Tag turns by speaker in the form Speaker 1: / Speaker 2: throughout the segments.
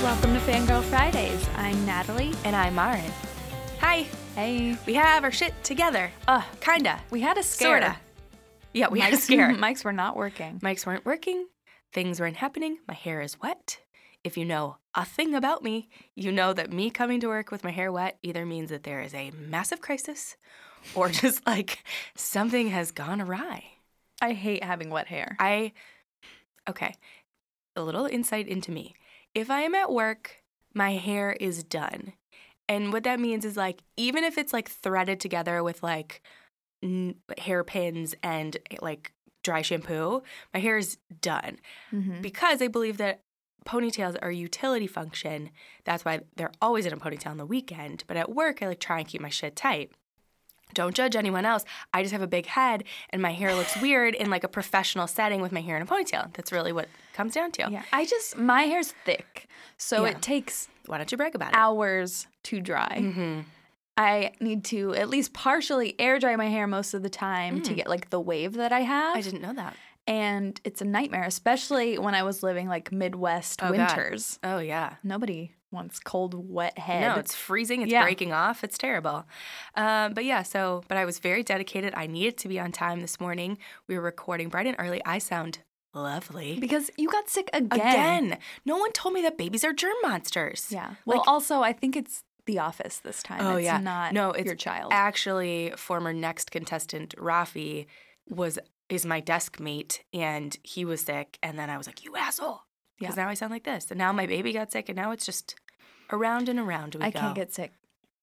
Speaker 1: Fangirl Fridays. I'm Natalie.
Speaker 2: And I'm Marin. Hi.
Speaker 1: Hey.
Speaker 2: We have our shit together. Uh,
Speaker 1: Ugh.
Speaker 2: Kinda.
Speaker 1: We had a scare.
Speaker 2: Sorta. Yeah, we had a
Speaker 1: Mics-
Speaker 2: scare.
Speaker 1: Mics were not working.
Speaker 2: Mics weren't working. Things weren't happening. My hair is wet. If you know a thing about me, you know that me coming to work with my hair wet either means that there is a massive crisis or just like something has gone awry.
Speaker 1: I hate having wet hair.
Speaker 2: I, okay, a little insight into me. If I am at work, my hair is done. And what that means is like, even if it's like threaded together with like n- hairpins and like dry shampoo, my hair is done
Speaker 1: Mhm.
Speaker 2: Mm-hmm. because I believe that ponytails are a utility function. That's why they're always in a ponytail on the weekend. But at work, I like try and keep my shit tight. Don't judge anyone else. I just have a big head and my hair looks weird in like a professional setting with my hair in a ponytail. That's really what it comes down to.
Speaker 1: Yeah. I just, my hair's thick. So
Speaker 2: Yeah.
Speaker 1: it takes
Speaker 2: Why don't you brag about it?
Speaker 1: hours to dry.
Speaker 2: Mhm.
Speaker 1: I need to at least partially air dry my hair most of the time to get like the wave that I have.
Speaker 2: Mm. I didn't know that.
Speaker 1: and it's a nightmare, especially when I was living like Midwest
Speaker 2: Oh, God.
Speaker 1: winters.
Speaker 2: Oh, yeah.
Speaker 1: Nobody wants cold, wet head.
Speaker 2: No, it's freezing. It's
Speaker 1: Yeah.
Speaker 2: breaking off. It's terrible. Um, but yeah, so, but I was very dedicated. I needed to be on time this morning. We were recording bright and early. I sound lovely.
Speaker 1: because you got sick again.
Speaker 2: again. No one told me that babies are germ monsters.
Speaker 1: Yeah. Well,
Speaker 2: Like-
Speaker 1: also, I think it's the office this time.
Speaker 2: Oh,
Speaker 1: it's
Speaker 2: yeah.
Speaker 1: not
Speaker 2: No, it's
Speaker 1: your child.
Speaker 2: Actually, former next contestant Rafi was is my desk mate, and he was sick, and then I was like, "You asshole!" Because now I sound like this, and now my baby got sick, and now it's just around and around we
Speaker 1: I
Speaker 2: go.
Speaker 1: can't get sick,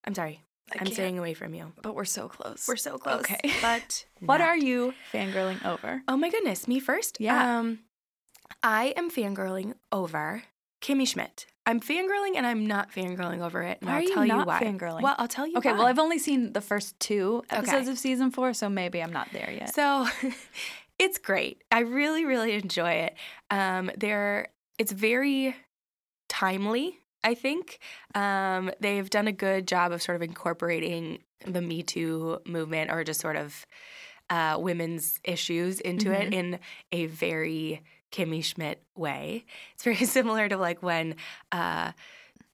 Speaker 2: I'm sorry.
Speaker 1: I
Speaker 2: I'm
Speaker 1: can't.
Speaker 2: staying away from you.
Speaker 1: but we're so close.
Speaker 2: We're so close.
Speaker 1: Okay.
Speaker 2: But
Speaker 1: what
Speaker 2: not.
Speaker 1: are you fangirling over?
Speaker 2: Oh my goodness, me first?
Speaker 1: Yeah.
Speaker 2: Um, I am fangirling over Kimmy Schmidt. I'm fangirling and I'm not fangirling over it. And
Speaker 1: Why
Speaker 2: I'll
Speaker 1: are you
Speaker 2: tell you
Speaker 1: not
Speaker 2: why.
Speaker 1: fangirling?
Speaker 2: Well, I'll tell you
Speaker 1: Okay,
Speaker 2: why.
Speaker 1: well, I've only seen the first two episodes
Speaker 2: Okay.
Speaker 1: of season four, so maybe I'm not there yet.
Speaker 2: So it's great. I really, really enjoy it. Um, they're, it's very timely, I think. Um, they've done a good job of sort of incorporating the Me Too movement or just sort of uh, women's issues into it in a very Kimmy Schmidt way. It's very similar to like when uh,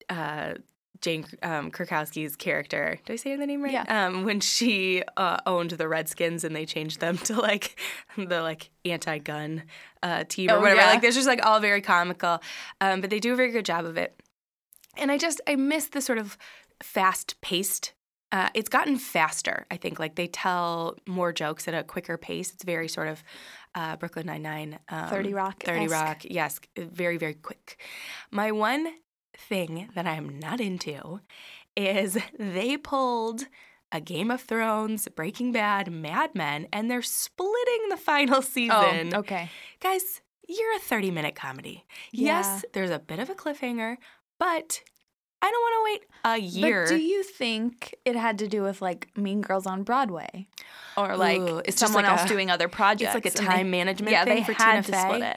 Speaker 2: uh, Jane um, Krakowski's character, did I say the name right?
Speaker 1: Yeah.
Speaker 2: Um, when she uh, owned the Redskins and they changed them to like the like anti-gun uh, team or
Speaker 1: Oh,
Speaker 2: whatever.
Speaker 1: yeah.
Speaker 2: Like there's just like all very comical, um, but they do a very good job of it. And I just I miss the sort of fast-paced uh, it's gotten faster, I think. Like they tell more jokes at a quicker pace. It's very sort of uh, Brooklyn Nine Nine, um,
Speaker 1: 30 Rock-esque.
Speaker 2: Thirty Rock, yes, very very quick. My one thing that I am not into is they pulled a Game of Thrones, Breaking Bad, Mad Men, and they're splitting the final season.
Speaker 1: oh, okay.
Speaker 2: Guys, you're a 30 minute comedy.
Speaker 1: Yeah.
Speaker 2: Yes, there's a bit of a cliffhanger, but I don't want to wait a year.
Speaker 1: But do you think it had to do with like Mean Girls on Broadway, or like
Speaker 2: Ooh, it's just
Speaker 1: someone
Speaker 2: like
Speaker 1: else
Speaker 2: a-
Speaker 1: doing other projects?
Speaker 2: It's like a
Speaker 1: and they-
Speaker 2: time management
Speaker 1: yeah,
Speaker 2: thing
Speaker 1: they
Speaker 2: for
Speaker 1: had
Speaker 2: Tina
Speaker 1: to split
Speaker 2: Fey.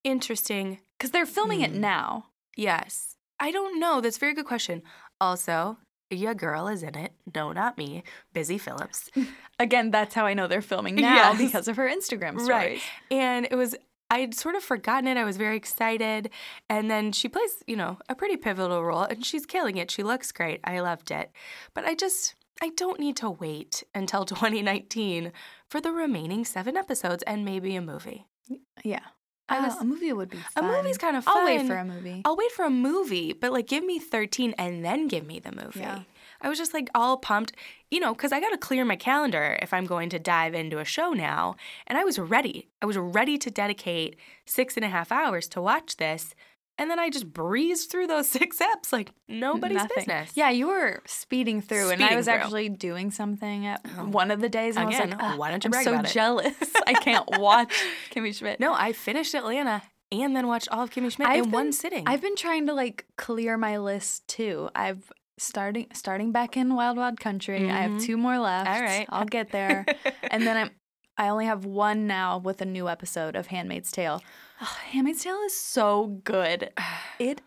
Speaker 1: it
Speaker 2: Interesting.
Speaker 1: because they're filming it
Speaker 2: Hmm.
Speaker 1: now.
Speaker 2: Yes. I don't know. That's a very good question. Also, your girl is in it. No, not me. Busy Phillips.
Speaker 1: Again, that's how I know they're filming now
Speaker 2: Yes.
Speaker 1: because of her Instagram stories.
Speaker 2: Right. And it was I'd sort of forgotten it. I was very excited. And then she plays, you know, a pretty pivotal role and she's killing it. She looks great. I loved it. But I just I don't need to wait until 2019 for the remaining 7 episodes and maybe a movie.
Speaker 1: Yeah.
Speaker 2: I
Speaker 1: Uh,
Speaker 2: was-
Speaker 1: a movie would be fun.
Speaker 2: A movie's kind of fun.
Speaker 1: I'll wait for a movie.
Speaker 2: I'll wait for a movie, but like give me 13 and then give me the movie.
Speaker 1: Yeah.
Speaker 2: I was just like all pumped, you know, because I got to clear my calendar if I'm going to dive into a show now. And I was ready. I was ready to dedicate six and a half hours to watch this. And then I just breezed through those six eps like nobody's
Speaker 1: Nothing.
Speaker 2: business.
Speaker 1: Yeah, you were speeding through, and I
Speaker 2: Speeding
Speaker 1: was
Speaker 2: through. Oh.
Speaker 1: actually doing something at one of the days. And I was
Speaker 2: Again,
Speaker 1: like, "Ugh,
Speaker 2: why don't you
Speaker 1: I'm
Speaker 2: brag
Speaker 1: so
Speaker 2: about it?"
Speaker 1: jealous. I can't watch Kimmy Schmidt.
Speaker 2: No, I finished Atlanta and then watched all of Kimmy Schmidt in
Speaker 1: been,
Speaker 2: one sitting.
Speaker 1: I've been trying to like clear my list too. I've starting starting back in Wild Wild Country. I have
Speaker 2: Mhm.
Speaker 1: two more left.
Speaker 2: All right.
Speaker 1: I'll get there. and then I'm I only have one now with a new episode of Handmaid's Tale. Ugh, Handmaid's Tale is so good. It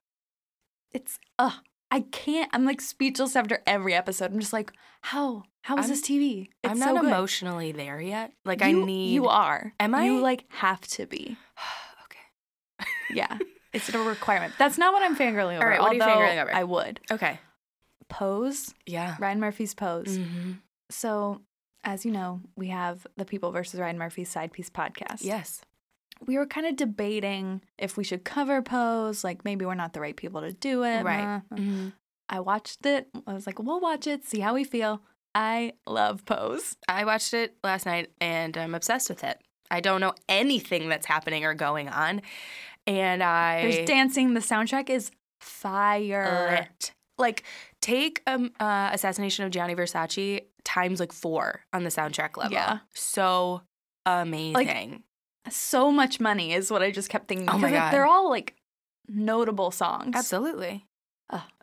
Speaker 1: it's uh I can't I'm like speechless after every episode. I'm just like, how? How is
Speaker 2: I'm-
Speaker 1: this TV? It's
Speaker 2: I'm
Speaker 1: so
Speaker 2: not
Speaker 1: good.
Speaker 2: emotionally there yet. Like I
Speaker 1: You-
Speaker 2: need
Speaker 1: you are.
Speaker 2: Am I?
Speaker 1: You like have to be.
Speaker 2: okay.
Speaker 1: Yeah. It's a requirement. That's not what I'm fangirling over.
Speaker 2: All right, what are you
Speaker 1: although
Speaker 2: fangirling over?
Speaker 1: I would.
Speaker 2: Okay.
Speaker 1: Pose,
Speaker 2: Yeah.
Speaker 1: Ryan Murphy's pose.
Speaker 2: Mm-hmm.
Speaker 1: So, as you know, we have the People versus Ryan Murphy's Side Piece podcast.
Speaker 2: Yes.
Speaker 1: We were kind of debating if we should cover Pose, like maybe we're not the right people to do it.
Speaker 2: Right.
Speaker 1: Uh, I watched it. I was like, we'll watch it, see how we feel. I love Pose.
Speaker 2: I watched it last night and I'm obsessed with it. I don't know anything that's happening or going on. And I.
Speaker 1: There's dancing. The soundtrack is fire.
Speaker 2: lit. Like, take um, uh, Assassination of Gianni Versace times like four on the soundtrack level.
Speaker 1: Yeah.
Speaker 2: So amazing.
Speaker 1: So much money is what I just kept thinking.
Speaker 2: Oh my
Speaker 1: because
Speaker 2: God.
Speaker 1: They're all like notable songs.
Speaker 2: Absolutely.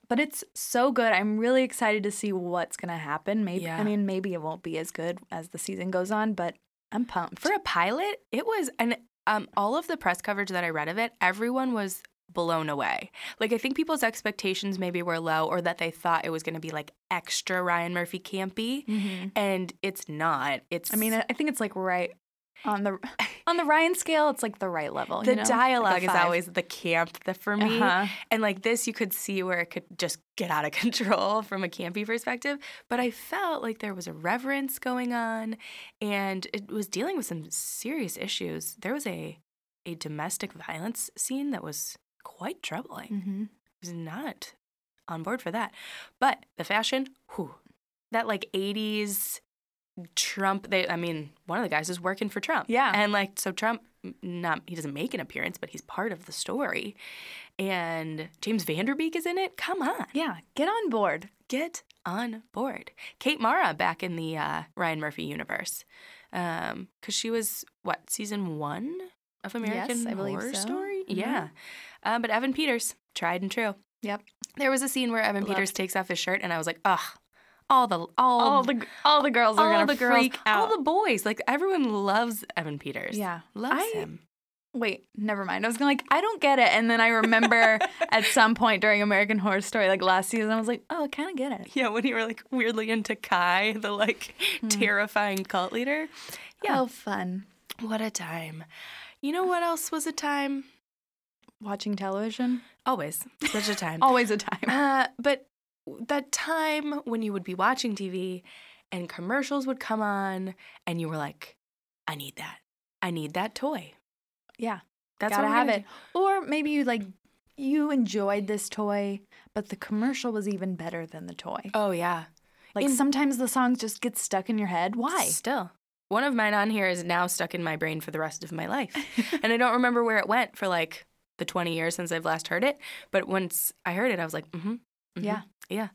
Speaker 1: But it's so good. I'm really excited to see what's going to happen. Maybe
Speaker 2: Yeah.
Speaker 1: I mean maybe it won't be as good as the season goes on, but I'm pumped.
Speaker 2: For a pilot, it was an um, all of the press coverage that I read of it, everyone was blown away. Like I think people's expectations maybe were low or that they thought it was going to be like extra Ryan Murphy campy and it's not. It's
Speaker 1: I mean, I I think it's like right on the on the Ryan scale, it's like the right level.
Speaker 2: the
Speaker 1: you know? Like a
Speaker 2: dialogue is
Speaker 1: five.
Speaker 2: always the camp the, for me.
Speaker 1: Uh-huh.
Speaker 2: And like this, you could see where it could just get out of control from a campy perspective. But I felt like there was a reverence going on and it was dealing with some serious issues. There was a, a domestic violence scene that was quite troubling.
Speaker 1: Mhm.
Speaker 2: I was not on board for that. But the fashion, whew, that like 80s Trump, they, I mean, one of the guys is working for Trump.
Speaker 1: Yeah.
Speaker 2: And like, so Trump, n- not, he doesn't make an appearance, but he's part of the story. And James Vanderbeek is in it. Come on,
Speaker 1: Yeah, get on board.
Speaker 2: get on board. Kate Mara back in the uh, Ryan Murphy universe. Because she was, what, season one of American
Speaker 1: I believe
Speaker 2: Horror
Speaker 1: so.
Speaker 2: Story?
Speaker 1: Mhm.
Speaker 2: Yeah. Uh, but Evan Peters, tried and true.
Speaker 1: Yep.
Speaker 2: There was a scene where Evan
Speaker 1: Loved.
Speaker 2: Peters takes off his shirt, and I was like, ugh, all the all,
Speaker 1: All the all the girls
Speaker 2: all
Speaker 1: are going
Speaker 2: the
Speaker 1: to
Speaker 2: girls,
Speaker 1: freak out.
Speaker 2: all the boys, like everyone loves Evan Peters.
Speaker 1: yeah.
Speaker 2: loves
Speaker 1: I-
Speaker 2: him.
Speaker 1: Wait, never mind. I was going to like I don't get it and then I remember at some point during American Horror Story like last season I was like, "Oh, I kind of get it."
Speaker 2: Yeah, when you were like weirdly into Kai, the like terrifying cult leader. Yeah.
Speaker 1: Oh, fun.
Speaker 2: What a time. You know what else was a time?
Speaker 1: Watching television,
Speaker 2: Always such a time.
Speaker 1: always a time.
Speaker 2: Uh, but that time when you would be watching TV and commercials would come on, and you were like, I need that. I need that toy.
Speaker 1: Yeah.
Speaker 2: That's
Speaker 1: gotta
Speaker 2: what we're
Speaker 1: have
Speaker 2: gonna
Speaker 1: it. Or maybe you like you enjoyed this toy, but the commercial was even better than the toy.
Speaker 2: Oh yeah.
Speaker 1: Like
Speaker 2: in-
Speaker 1: sometimes the songs just get stuck in your head. Why?
Speaker 2: Still. One of mine on here is now stuck in my brain for the rest of my life. and I don't remember where it went for like the 20 years since I've last heard it, but once I heard it I was like, mm-hmm. mhm,
Speaker 1: Yeah.
Speaker 2: Yeah.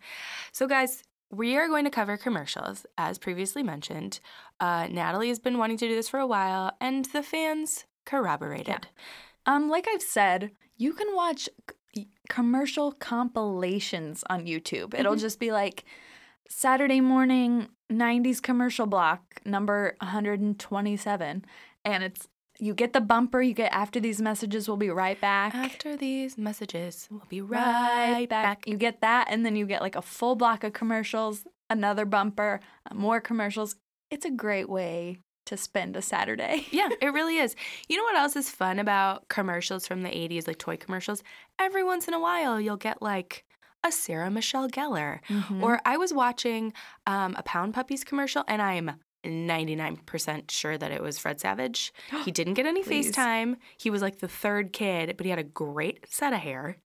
Speaker 2: So guys, we are going to cover commercials as previously mentioned. Uh, Natalie has been wanting to do this for a while and the fans corroborated.
Speaker 1: Um, like I've said, you can watch c- commercial compilations on YouTube. It'll
Speaker 2: Mm-hmm.
Speaker 1: just be like Saturday morning 90s commercial block number 127 and it's you get the bumper, you get after these messages we'll be right back.
Speaker 2: After these messages, we'll be
Speaker 1: right back. You get that, and then you get like a full block of commercials, another bumper, uh, more commercials. It's a great way to spend a Saturday.
Speaker 2: yeah, it really is. You know what else is fun about commercials from the 80s, like toy commercials? Every once in a while, you'll get like a Sarah Michelle Gellar.
Speaker 1: Mm-hmm.
Speaker 2: Or I was watching um, a Pound Puppies commercial, and I'm 99% sure that it was Fred Savage. He didn't get any
Speaker 1: Please.
Speaker 2: FaceTime. He was like the third kid, but he had a great set of hair.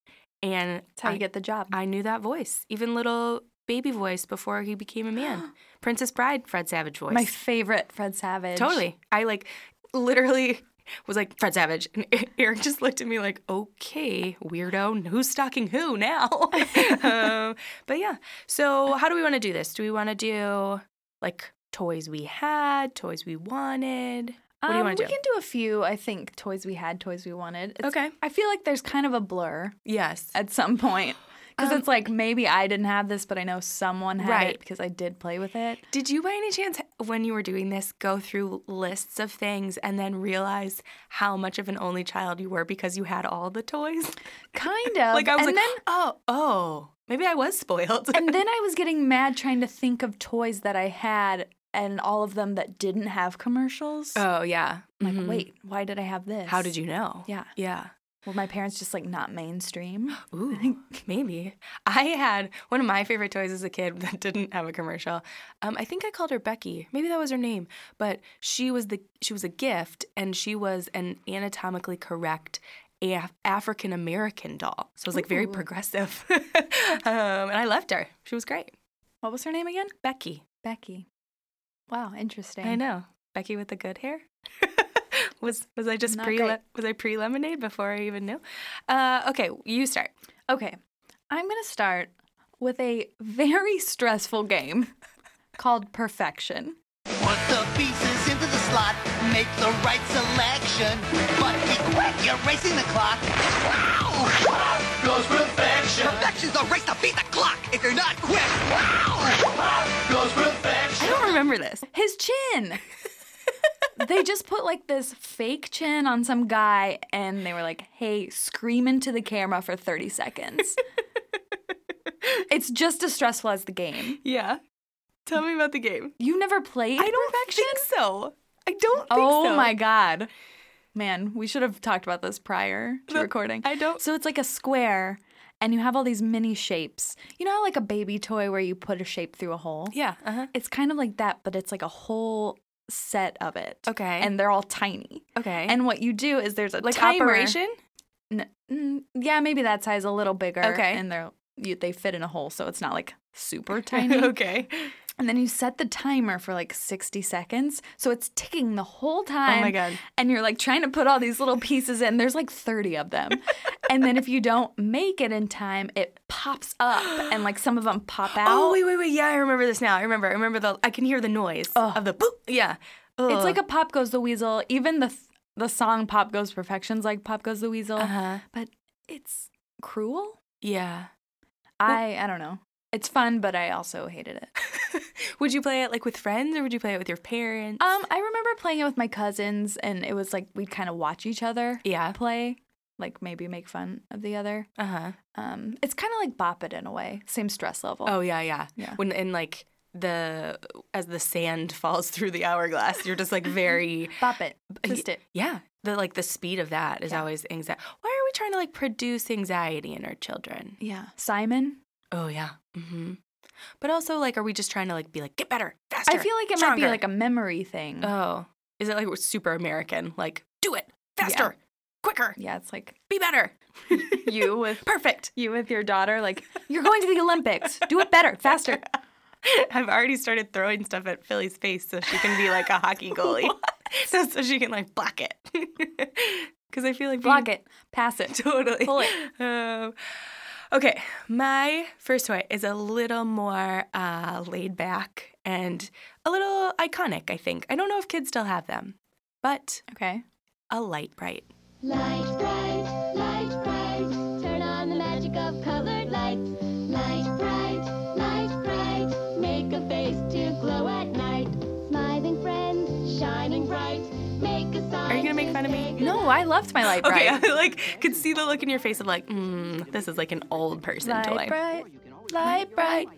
Speaker 2: And
Speaker 1: That's how
Speaker 2: I,
Speaker 1: you get the job.
Speaker 2: I knew that voice, even little baby voice before he became a man. Princess Bride, Fred Savage voice.
Speaker 1: My favorite Fred Savage.
Speaker 2: Totally. I like literally was like Fred Savage, and E-, Eric just looked at me like, "Okay, weirdo, who's stalking who now?" um, but yeah. So how do we want to do this? Do we want to do like toys we had, toys we wanted? What do you
Speaker 1: Um,
Speaker 2: want to
Speaker 1: We
Speaker 2: do?
Speaker 1: can do a few, I think, toys we had, toys we wanted. It's-
Speaker 2: Okay.
Speaker 1: I feel like there's kind of a blur
Speaker 2: Yes.
Speaker 1: at some point. Because it's like maybe I didn't have this, but I know someone had
Speaker 2: Right.
Speaker 1: it because I did play with it.
Speaker 2: Did you, by any chance, when you were doing this, go through lists of things and then realize how much of an only child you were because you had all the toys?
Speaker 1: Kind of.
Speaker 2: Like I was
Speaker 1: and
Speaker 2: like,
Speaker 1: then
Speaker 2: oh, oh, maybe I was spoiled.
Speaker 1: and then I was getting mad trying to think of toys that I had and all of them that didn't have commercials.
Speaker 2: Oh yeah.
Speaker 1: I'm like, wait, why did I have this?
Speaker 2: How did you know?
Speaker 1: Yeah.
Speaker 2: Yeah.
Speaker 1: Were my parents just like not mainstream?
Speaker 2: Ooh, maybe. I had one of my favorite toys as a kid that didn't have a commercial. Um, I think I called her Becky. Maybe that was her name, but she was the she was a gift, and she was an anatomically correct. Af- African American doll. So it was like very
Speaker 1: Ooh.
Speaker 2: progressive. um, and I loved her. She was great.
Speaker 1: What was her name again?
Speaker 2: Becky.
Speaker 1: Becky. Wow, interesting.
Speaker 2: I know. Becky with the good hair. was was I just
Speaker 1: Not
Speaker 2: pre
Speaker 1: great.
Speaker 2: was I pre lemonade before I even knew? Uh, okay, you start.
Speaker 1: Okay, I'm gonna start with a very stressful game called Perfection.
Speaker 3: Put the pieces into the slot, make the right selection. But be quick, you're racing the clock. Wow! Goes perfection. Perfection's a race to beat the clock. If you're not quick, wow! Goes perfection.
Speaker 2: I don't remember this.
Speaker 1: His chin. they just put like this fake chin on some guy, and they were like, "Hey, scream into the camera for 30 seconds." it's just as stressful as the game.
Speaker 2: Yeah. Tell me about the game.
Speaker 1: You never played
Speaker 2: I don't
Speaker 1: Perfection?
Speaker 2: think so. I don't think
Speaker 1: oh
Speaker 2: so.
Speaker 1: my god. Man, we should have talked about this prior to
Speaker 2: The-
Speaker 1: recording.
Speaker 2: I don't-
Speaker 1: So it's like a square and you have all these mini shapes. You know how like a baby toy where you put a shape through a hole?
Speaker 2: Yeah. Uh-huh.
Speaker 1: It's kind of like that, but it's like a whole set of it.
Speaker 2: Okay.
Speaker 1: And they're all tiny.
Speaker 2: Okay.
Speaker 1: And what you do is there's a
Speaker 2: like
Speaker 1: timer.
Speaker 2: operation?
Speaker 1: N- mm, yeah, maybe that size a little bigger.
Speaker 2: Okay.
Speaker 1: And they're you, they fit in a hole, so it's not like super tiny.
Speaker 2: okay.
Speaker 1: And then you set the timer for like 60 seconds. So it's ticking the whole time.
Speaker 2: Oh my god.
Speaker 1: And you're like trying to put all these little pieces in. There's like 30 of them. and then if you don't make it in time, it pops up and like some of them pop out.
Speaker 2: Oh wait, wait, wait. Yeah, I remember this now. I remember. I remember the I can hear the noise
Speaker 1: Ugh.
Speaker 2: of the boop. Yeah.
Speaker 1: It's like a Pop Goes the Weasel. Even the the song Pop Goes Perfection's like Pop Goes the Weasel,
Speaker 2: uh-huh.
Speaker 1: but it's cruel.
Speaker 2: Yeah.
Speaker 1: I I don't know. It's fun, but I also hated it.
Speaker 2: Would you play it like with friends or would you play it with your parents?
Speaker 1: Um, I remember playing it with my cousins, and it was like we'd kind of watch each other
Speaker 2: yeah.
Speaker 1: play, like maybe make fun of the other.
Speaker 2: Uh-huh.
Speaker 1: Um, it's kind of like Bop It in a way, same stress level.
Speaker 2: Oh yeah, yeah.
Speaker 1: Yeah.
Speaker 2: When and like the as the sand falls through the hourglass, you're just like very
Speaker 1: Bop It,
Speaker 2: y-
Speaker 1: just it.
Speaker 2: yeah. The like the speed of that is
Speaker 1: Yeah.
Speaker 2: always anxiety. Why are we trying to like produce anxiety in our children?
Speaker 1: Yeah, Simon.
Speaker 2: Oh yeah. Mm-hmm. But also like, are we just trying to like be like get better faster?
Speaker 1: I feel like it might
Speaker 2: stronger.
Speaker 1: be like a memory thing.
Speaker 2: oh, is it like we're super American? Like do it faster, quicker,
Speaker 1: yeah, it's like
Speaker 2: be better,
Speaker 1: you with
Speaker 2: perfect.
Speaker 1: you with your daughter. Like you're going to the Olympics. Do it better, faster.
Speaker 2: I've already started throwing stuff at Philly's face so she can be like a hockey goalie. so, so she can like block it. Because I feel like
Speaker 1: Block it, pass it.
Speaker 2: Totally.
Speaker 1: Pull it.
Speaker 2: Um, okay, my first toy is a little more uh, laid back and a little iconic, I think. I don't know if kids still have them, but
Speaker 1: Okay.
Speaker 2: a light bright.
Speaker 4: Light bright, light bright, turn on the magic of colored lights. Light bright, light bright, make a face to glow at night. Smiling friends, shining bright, make a sign.
Speaker 2: Are you gonna make fun of me?
Speaker 1: No, I loved my light
Speaker 2: Okay,
Speaker 1: bright.
Speaker 2: I like could see the look in your face of like, mm, this is like an old person toy.
Speaker 1: Light bright, light bright.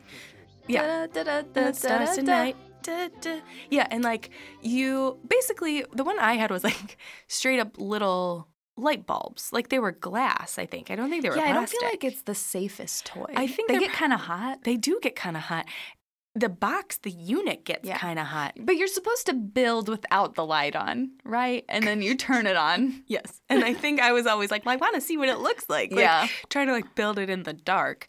Speaker 2: Yeah.
Speaker 1: Da-da-da-da-da-da-da.
Speaker 2: The stars tonight. Da, da. Yeah, and like you basically, the one I had was like straight up little light bulbs. Like they were glass, I think. I don't think they were
Speaker 1: Yeah, I don't
Speaker 2: plastic.
Speaker 1: feel like it's the safest toy.
Speaker 2: I think
Speaker 1: they
Speaker 2: they're
Speaker 1: get kind of hot.
Speaker 2: They do get kind of hot. The box, the unit gets
Speaker 1: Yeah.
Speaker 2: kind of hot.
Speaker 1: But you're supposed to build without the light on, right? And then you turn it on.
Speaker 2: Yes. And I think I was always like, well, I want to see what it looks like. Like,
Speaker 1: Yeah.
Speaker 2: Trying to like build it in the dark.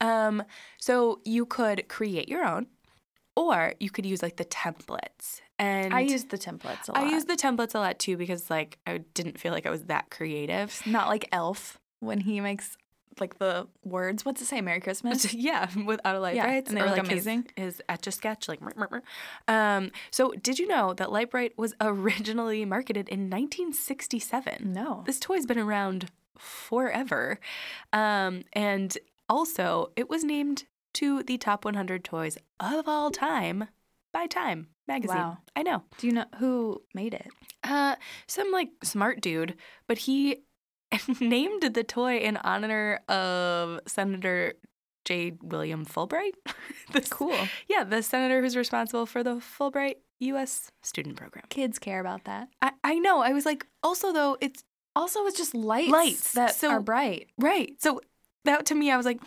Speaker 2: Um, so you could create your own or you could use like the templates. And
Speaker 1: I used the templates a lot.
Speaker 2: I used the templates a lot too because like I didn't feel like I was that creative.
Speaker 1: not like Elf when he makes like the words. What's it say? Merry Christmas.
Speaker 2: yeah, without a light
Speaker 1: Yeah,
Speaker 2: bright,
Speaker 1: and they
Speaker 2: or,
Speaker 1: look
Speaker 2: like his-
Speaker 1: amazing.
Speaker 2: His, etch a sketch, like. mer- mer- mer. Um, so did you know that Light Bright was originally marketed in 1967?
Speaker 1: No.
Speaker 2: This toy's been around forever, um, and also it was named to the top 100 toys of all time by Time magazine.
Speaker 1: Wow.
Speaker 2: I know.
Speaker 1: Do you know who made it?
Speaker 2: Uh, some like smart dude, but he named the toy in honor of Senator J. William Fulbright. This-
Speaker 1: Cool.
Speaker 2: Yeah, the senator who's responsible for the Fulbright U.S. student program.
Speaker 1: Kids care about that.
Speaker 2: I, I know. I was like, also though, it's
Speaker 1: Also, it's just lights,
Speaker 2: Lights.
Speaker 1: that
Speaker 2: So-
Speaker 1: are bright.
Speaker 2: Right. So that to me, I was like,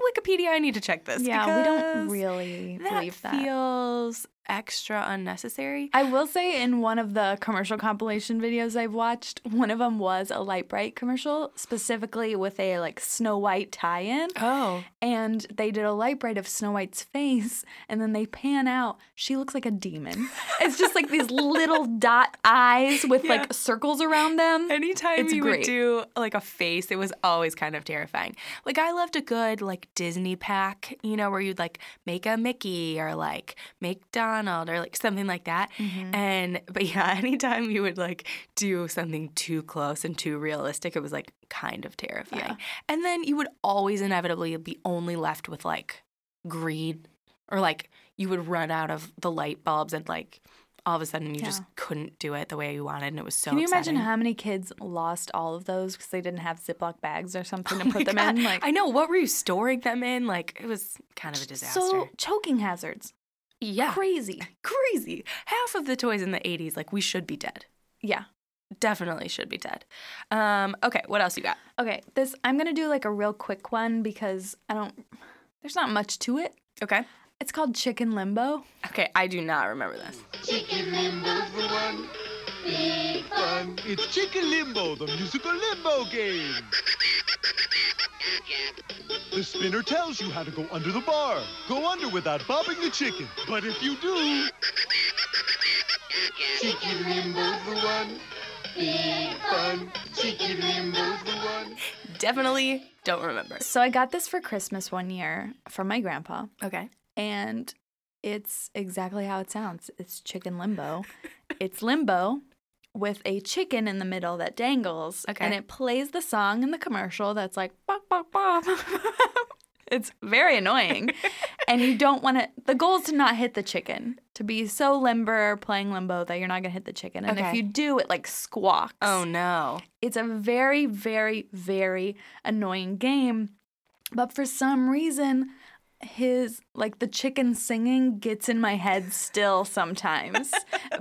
Speaker 2: Wikipedia, I need to check this.
Speaker 1: Yeah, we don't
Speaker 2: because
Speaker 1: really
Speaker 2: that
Speaker 1: believe that.
Speaker 2: feels extra unnecessary.
Speaker 1: I will say in one of the commercial compilation videos I've watched, one of them was a light bright commercial, specifically with a like Snow White tie-in.
Speaker 2: Oh.
Speaker 1: And they did a light bright of Snow White's face, and then they pan out. She looks like a demon. It's just like these little dot eyes with
Speaker 2: Yeah.
Speaker 1: like circles around them.
Speaker 2: Anytime
Speaker 1: Mm-hmm. It's
Speaker 2: you would
Speaker 1: great.
Speaker 2: do like a face, it was always kind of terrifying. Like I loved a good like Disney pack, you know, where you'd like make a Mickey or like make Donald or like something like that.
Speaker 1: Mm-hmm.
Speaker 2: And but yeah, anytime you would like do something too close and too realistic, it was like kind of terrifying.
Speaker 1: Yeah.
Speaker 2: And then you would always inevitably be only left with like greed or like you would run out of the light bulbs and like all of a sudden you just couldn't do it the way you wanted and it was so
Speaker 1: Can you
Speaker 2: upsetting.
Speaker 1: imagine how many kids lost all of those because they didn't have Ziploc bags or something to put them
Speaker 2: Oh God.
Speaker 1: in? Like
Speaker 2: I know. What were you storing them in? Like it was kind of a disaster.
Speaker 1: so choking hazards.
Speaker 2: yeah,
Speaker 1: Crazy.
Speaker 2: crazy. Half of the toys in the '80s, like we should be dead.
Speaker 1: Yeah.
Speaker 2: Definitely should be dead. Um, okay, what else you got?
Speaker 1: Okay, this I'm gonna do like a real quick one because I don't. There's not much to it.
Speaker 2: Okay.
Speaker 1: It's called Chicken Limbo.
Speaker 2: Okay, I do not remember this.
Speaker 4: Chicken limbo,
Speaker 3: Everyone,
Speaker 4: big fun.
Speaker 3: it's Chicken Limbo, the musical limbo game. The spinner tells you how to go under the bar. Go under without bobbing the chicken. But if you do, Chicken Limbo's the one. Big fun. Chicken Limbo's the one.
Speaker 2: Definitely don't remember.
Speaker 1: So I got this for Christmas one year from my grandpa,
Speaker 2: Okay.
Speaker 1: and it's exactly how it sounds. It's Chicken Limbo. it's limbo with a chicken in the middle that dangles,
Speaker 2: Okay.
Speaker 1: and it plays the song in the commercial that's like bop bop bop. it's very annoying, and you don't want to. The goal is to not hit the chicken. To be so limber playing limbo that you're not gonna hit the chicken, and if
Speaker 2: Okay.
Speaker 1: you do, it like squawks.
Speaker 2: Oh no.
Speaker 1: It's a very, very, very annoying game. But for some reason, his, like the chicken singing gets in my head still sometimes,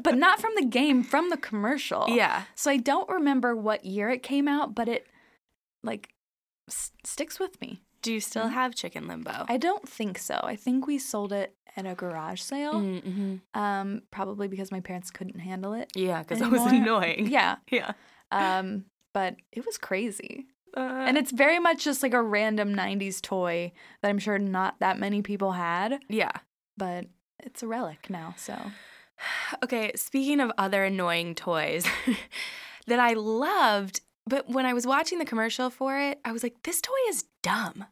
Speaker 1: but not from the game, from the commercial.
Speaker 2: Yeah.
Speaker 1: So I don't remember what year it came out, but it like s- sticks with me.
Speaker 2: Do you still have chicken limbo?
Speaker 1: I don't think so. I think we sold it at a garage sale,
Speaker 2: Mm-hmm.
Speaker 1: um, probably because my parents couldn't handle it.
Speaker 2: Yeah, because it was
Speaker 1: Anymore?
Speaker 2: annoying.
Speaker 1: Yeah.
Speaker 2: Yeah.
Speaker 1: Um, but it was crazy.
Speaker 2: Uh,
Speaker 1: And it's very much just like a random 90s toy that I'm sure not that many people had,
Speaker 2: yeah.
Speaker 1: but it's a relic now. So,
Speaker 2: Okay, speaking of other annoying toys that I loved, but when I was watching the commercial for it, I was like, this toy is dumb.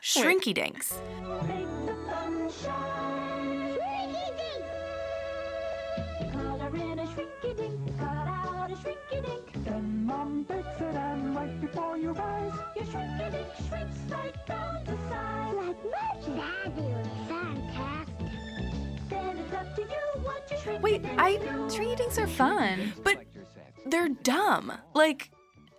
Speaker 2: Shrinky Dinks.
Speaker 4: Make the sun shine. Shrinky-dink. Color in a shrinky-dink. Cut out a shrinky-dink. Then mom bakes it and right before your eyes, your shrinky-dink shrinks right down to size. Like magic. Fabulous. Fantastic. Then it's up to you what you shrink
Speaker 1: wait, I tree dinks are fun.
Speaker 2: But they're dumb. Like,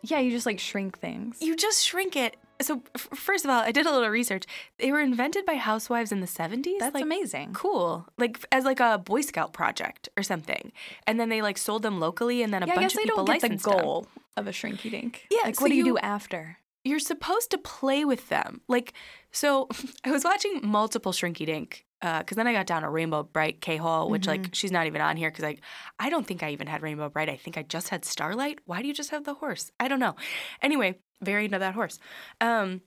Speaker 1: Yeah, you just like shrink things.
Speaker 2: you just shrink it. So, f- first of all, I did a little research. They were invented by housewives in the 70s.
Speaker 1: That's
Speaker 2: like,
Speaker 1: amazing.
Speaker 2: Cool. Like, f- as like a Boy Scout project or something. And then they like sold them locally and then a
Speaker 1: Yeah, I
Speaker 2: bunch
Speaker 1: guess
Speaker 2: of
Speaker 1: I
Speaker 2: people
Speaker 1: don't get the
Speaker 2: licensed them.
Speaker 1: goal of a shrinky dink.
Speaker 2: Yeah,
Speaker 1: like
Speaker 2: so
Speaker 1: what do you, do
Speaker 2: you-
Speaker 1: after?
Speaker 2: you're supposed to play with them. Like, so I was watching multiple Shrinky Dink because then I got down a Rainbow Bright K Hole, which like she's not even on here because I, I don't think I even had Rainbow Bright. I think I just had Starlight. Why do you just have the horse? I don't know. Anyway, very into that horse. Um,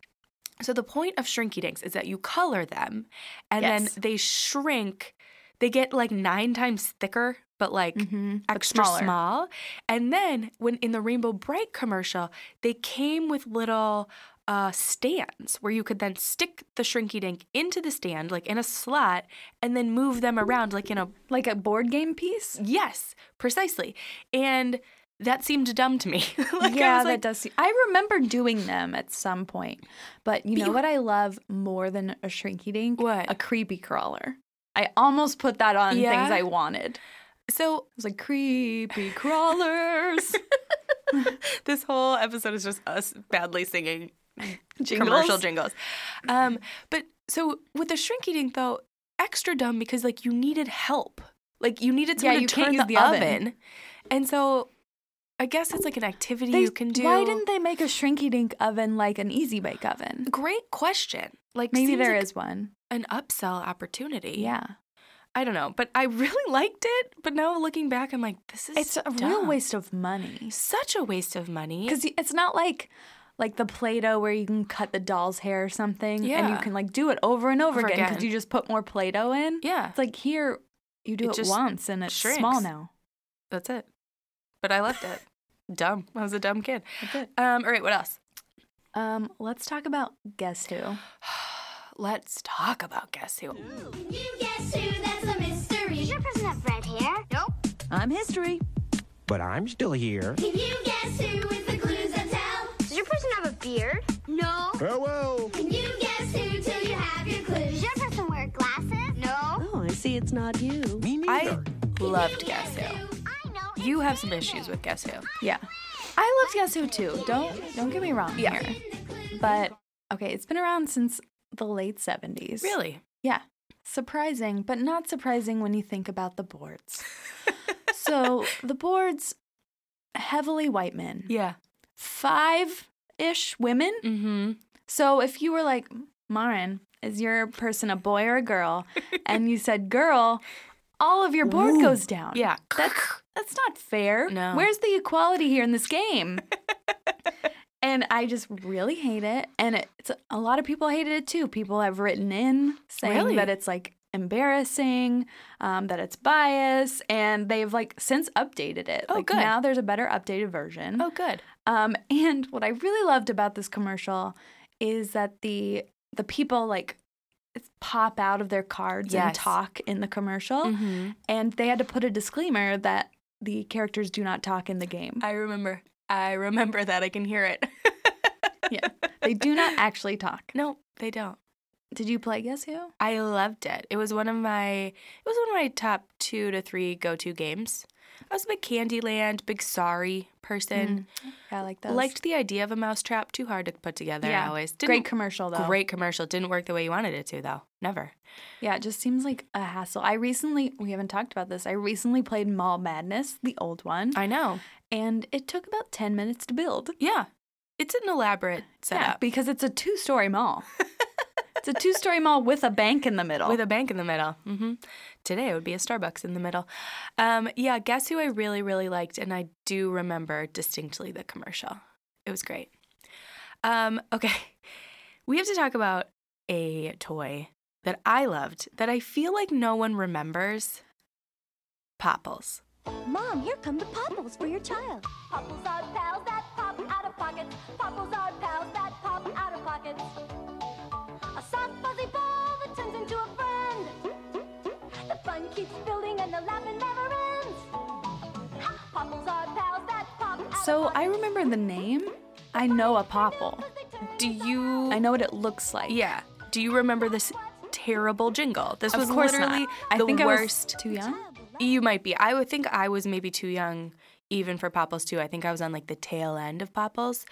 Speaker 2: so the point of Shrinky Dinks is that you color them, and
Speaker 1: Yes.
Speaker 2: then they shrink. They get like nine times thicker, but like extra
Speaker 1: Mm-hmm. smaller.
Speaker 2: small. And then when in the Rainbow Bright commercial, they came with little uh, stands where you could then stick the Shrinky Dink into the stand, like in a slot, and then move them around, like in a
Speaker 1: Like a board game piece?
Speaker 2: yes, precisely. And that seemed dumb to me. like I
Speaker 1: yeah, that
Speaker 2: was like,
Speaker 1: does. Seem, I remember doing them at some point, but you know
Speaker 2: you-
Speaker 1: what I love more than a shrinky dink?
Speaker 2: What?
Speaker 1: A creepy crawler. I almost put that on things
Speaker 2: Yeah?
Speaker 1: I wanted.
Speaker 2: so
Speaker 1: It was like creepy crawlers.
Speaker 2: this whole episode is just us badly singing
Speaker 1: Jingles?
Speaker 2: commercial jingles. Um, but so with the shrinky dink though, extra dumb because like you needed help. Like you needed
Speaker 1: Yeah,
Speaker 2: someone
Speaker 1: you
Speaker 2: to
Speaker 1: can't
Speaker 2: turn
Speaker 1: use
Speaker 2: the,
Speaker 1: the
Speaker 2: oven.
Speaker 1: oven.
Speaker 2: And so I guess it's like an activity
Speaker 1: They-
Speaker 2: you can do.
Speaker 1: Why didn't they make a shrinky dink oven like an easy bake oven?
Speaker 2: Great question. Like
Speaker 1: Maybe there
Speaker 2: like
Speaker 1: is one.
Speaker 2: an upsell opportunity.
Speaker 1: Yeah.
Speaker 2: I don't know, but I really liked it. But now looking back, I'm like, this is
Speaker 1: It's a real
Speaker 2: dumb.
Speaker 1: waste of money.
Speaker 2: Such a waste of money.
Speaker 1: Because it's not like like the Play-Doh where you can cut the doll's hair or something, and you
Speaker 2: Yeah.
Speaker 1: can like do it over and over,
Speaker 2: Over
Speaker 1: again because
Speaker 2: again.
Speaker 1: you just put more Play-Doh in.
Speaker 2: yeah,
Speaker 1: It's like here you do
Speaker 2: It
Speaker 1: it,
Speaker 2: just
Speaker 1: once and it's small
Speaker 2: shrinks.
Speaker 1: now.
Speaker 2: that's it. But I loved it. dumb. I was a dumb kid. Um. All right. What else?
Speaker 1: Um, let's talk about guess who.
Speaker 2: Let's talk about guess who.
Speaker 4: You guess who? That's a mystery. Does your person have red hair? Nope.
Speaker 5: I'm history.
Speaker 6: but I'm still here.
Speaker 4: Can you guess who with the clues I tell? Does your person have a beard? No.
Speaker 6: Farewell.
Speaker 4: Can you guess who till you have your clues? Does your person wear glasses? No.
Speaker 5: Oh, I see it's not you.
Speaker 6: Me
Speaker 2: I
Speaker 6: neither.
Speaker 2: loved guess who.
Speaker 4: I know. it's
Speaker 2: You have some
Speaker 4: Santa.
Speaker 2: issues with guess who.
Speaker 1: Yeah. I loved Guess Who too. Don't don't get me wrong
Speaker 2: Yeah.
Speaker 1: here. But okay, it's been around since the late 70s.
Speaker 2: Really?
Speaker 1: Yeah. Surprising, but not surprising when you think about the boards. so, the boards heavily white men.
Speaker 2: Yeah.
Speaker 1: Five-ish women.
Speaker 2: Mm-hmm.
Speaker 1: So, if you were like, "Marin, is your person a boy or a girl?" and you said girl, all of your board goes down.
Speaker 2: Yeah.
Speaker 1: That's that's not fair.
Speaker 2: No.
Speaker 1: Where's the equality here in this game? and I just really hate it. And it, it's a lot of people hated it too. People have written in saying
Speaker 2: Really?
Speaker 1: that it's like embarrassing, um, that it's bias, and they've like since updated it.
Speaker 2: Oh,
Speaker 1: like
Speaker 2: good.
Speaker 1: now there's a better updated version.
Speaker 2: Oh, good.
Speaker 1: Um, and what I really loved about this commercial is that the the people like pop out of their cards and
Speaker 2: Yes.
Speaker 1: talk in the commercial
Speaker 2: Mm-hmm.
Speaker 1: and they had to put a disclaimer that the characters do not talk in the game.
Speaker 2: I remember. I remember that. I can hear it.
Speaker 1: yeah. They do not actually talk.
Speaker 2: No, they don't.
Speaker 1: Did you play Guess Who?
Speaker 2: I loved it. It was one of my it was one of my top two to three go to games. I was a big Candyland, big Sorry person.
Speaker 1: Yeah, I like those.
Speaker 2: Liked the idea of a mousetrap. Too hard to put together. I always didn't,
Speaker 1: great commercial though.
Speaker 2: Great commercial. Didn't work the way you wanted it to though. Never.
Speaker 1: Yeah, it just seems like a hassle. I recently we haven't talked about this. I recently played Mall Madness, the old one,
Speaker 2: I know.
Speaker 1: and it took about ten minutes to build.
Speaker 2: Yeah, it's an elaborate
Speaker 1: Yeah,
Speaker 2: setup
Speaker 1: because it's a two-story mall. it's a two-story mall with a bank in the middle.
Speaker 2: with a bank in the middle. hmm Today it would be a Starbucks in the middle. Um, yeah, guess who I really really liked, and I do remember distinctly the commercial. It was great. Um, okay, we have to talk about a toy that I loved that I feel like no one remembers. Popples.
Speaker 4: Mom, here come the popples for your child. Popples are pals that pop out of pockets. Popples are pals that pop out of pockets. A soft fuzzy ball that turns into a friend. The fun keeps building and the laughing never ends. Ha! Popples are pals that pop out of
Speaker 1: so I remember the name. I know a popple.
Speaker 2: Do you?
Speaker 1: I know what it looks like.
Speaker 2: Yeah. Do you remember this terrible jingle? This
Speaker 1: Of
Speaker 2: was
Speaker 1: course
Speaker 2: literally
Speaker 1: not. I
Speaker 2: the
Speaker 1: think
Speaker 2: worst.
Speaker 1: I was too young.
Speaker 2: You might be. I would think I was maybe too young even for popples too. I think I was on like the tail end of popples.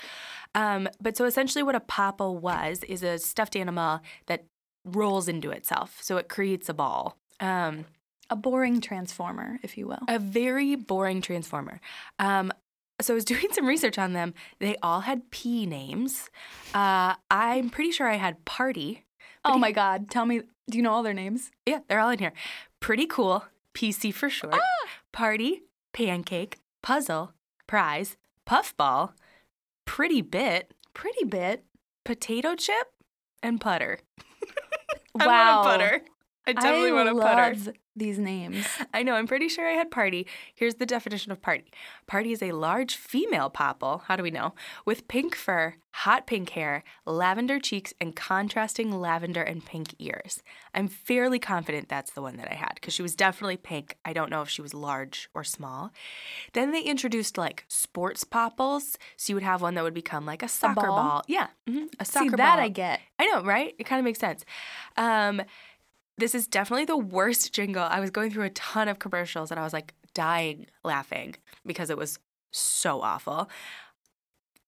Speaker 2: Um, but so essentially what a popple was is a stuffed animal that rolls into itself. So it creates a ball. Um,
Speaker 1: A boring transformer, if you will.
Speaker 2: a very boring transformer. Um, so I was doing some research on them. They all had P names. Uh, I'm pretty sure I had party.
Speaker 1: oh my god, tell me, do you know all their names?
Speaker 2: Yeah, they're all in here. Pretty cool. PC for short. Party, pancake, puzzle, prize, puffball, pretty bit,
Speaker 1: Pretty bit.
Speaker 2: potato chip, and putter.
Speaker 1: Wow.
Speaker 2: I want a putter. I totally
Speaker 1: I
Speaker 2: want a putter.
Speaker 1: love these names.
Speaker 2: I know. I'm pretty sure I had party. Here's the definition of party. Party is a large female popple. How do we know? With pink fur, hot pink hair, lavender cheeks, and contrasting lavender and pink ears. I'm fairly confident that's the one that I had because she was definitely pink. I don't know if she was large or small. Then they introduced like sports popples. So you would have one that would become like a soccer
Speaker 1: ball?
Speaker 2: ball. Yeah, hmm a soccer
Speaker 1: See
Speaker 2: ball.
Speaker 1: that I get.
Speaker 2: I know, right? It kind of makes sense. Um, this is definitely the worst jingle. I was going through a ton of commercials and I was like dying laughing because it was so awful.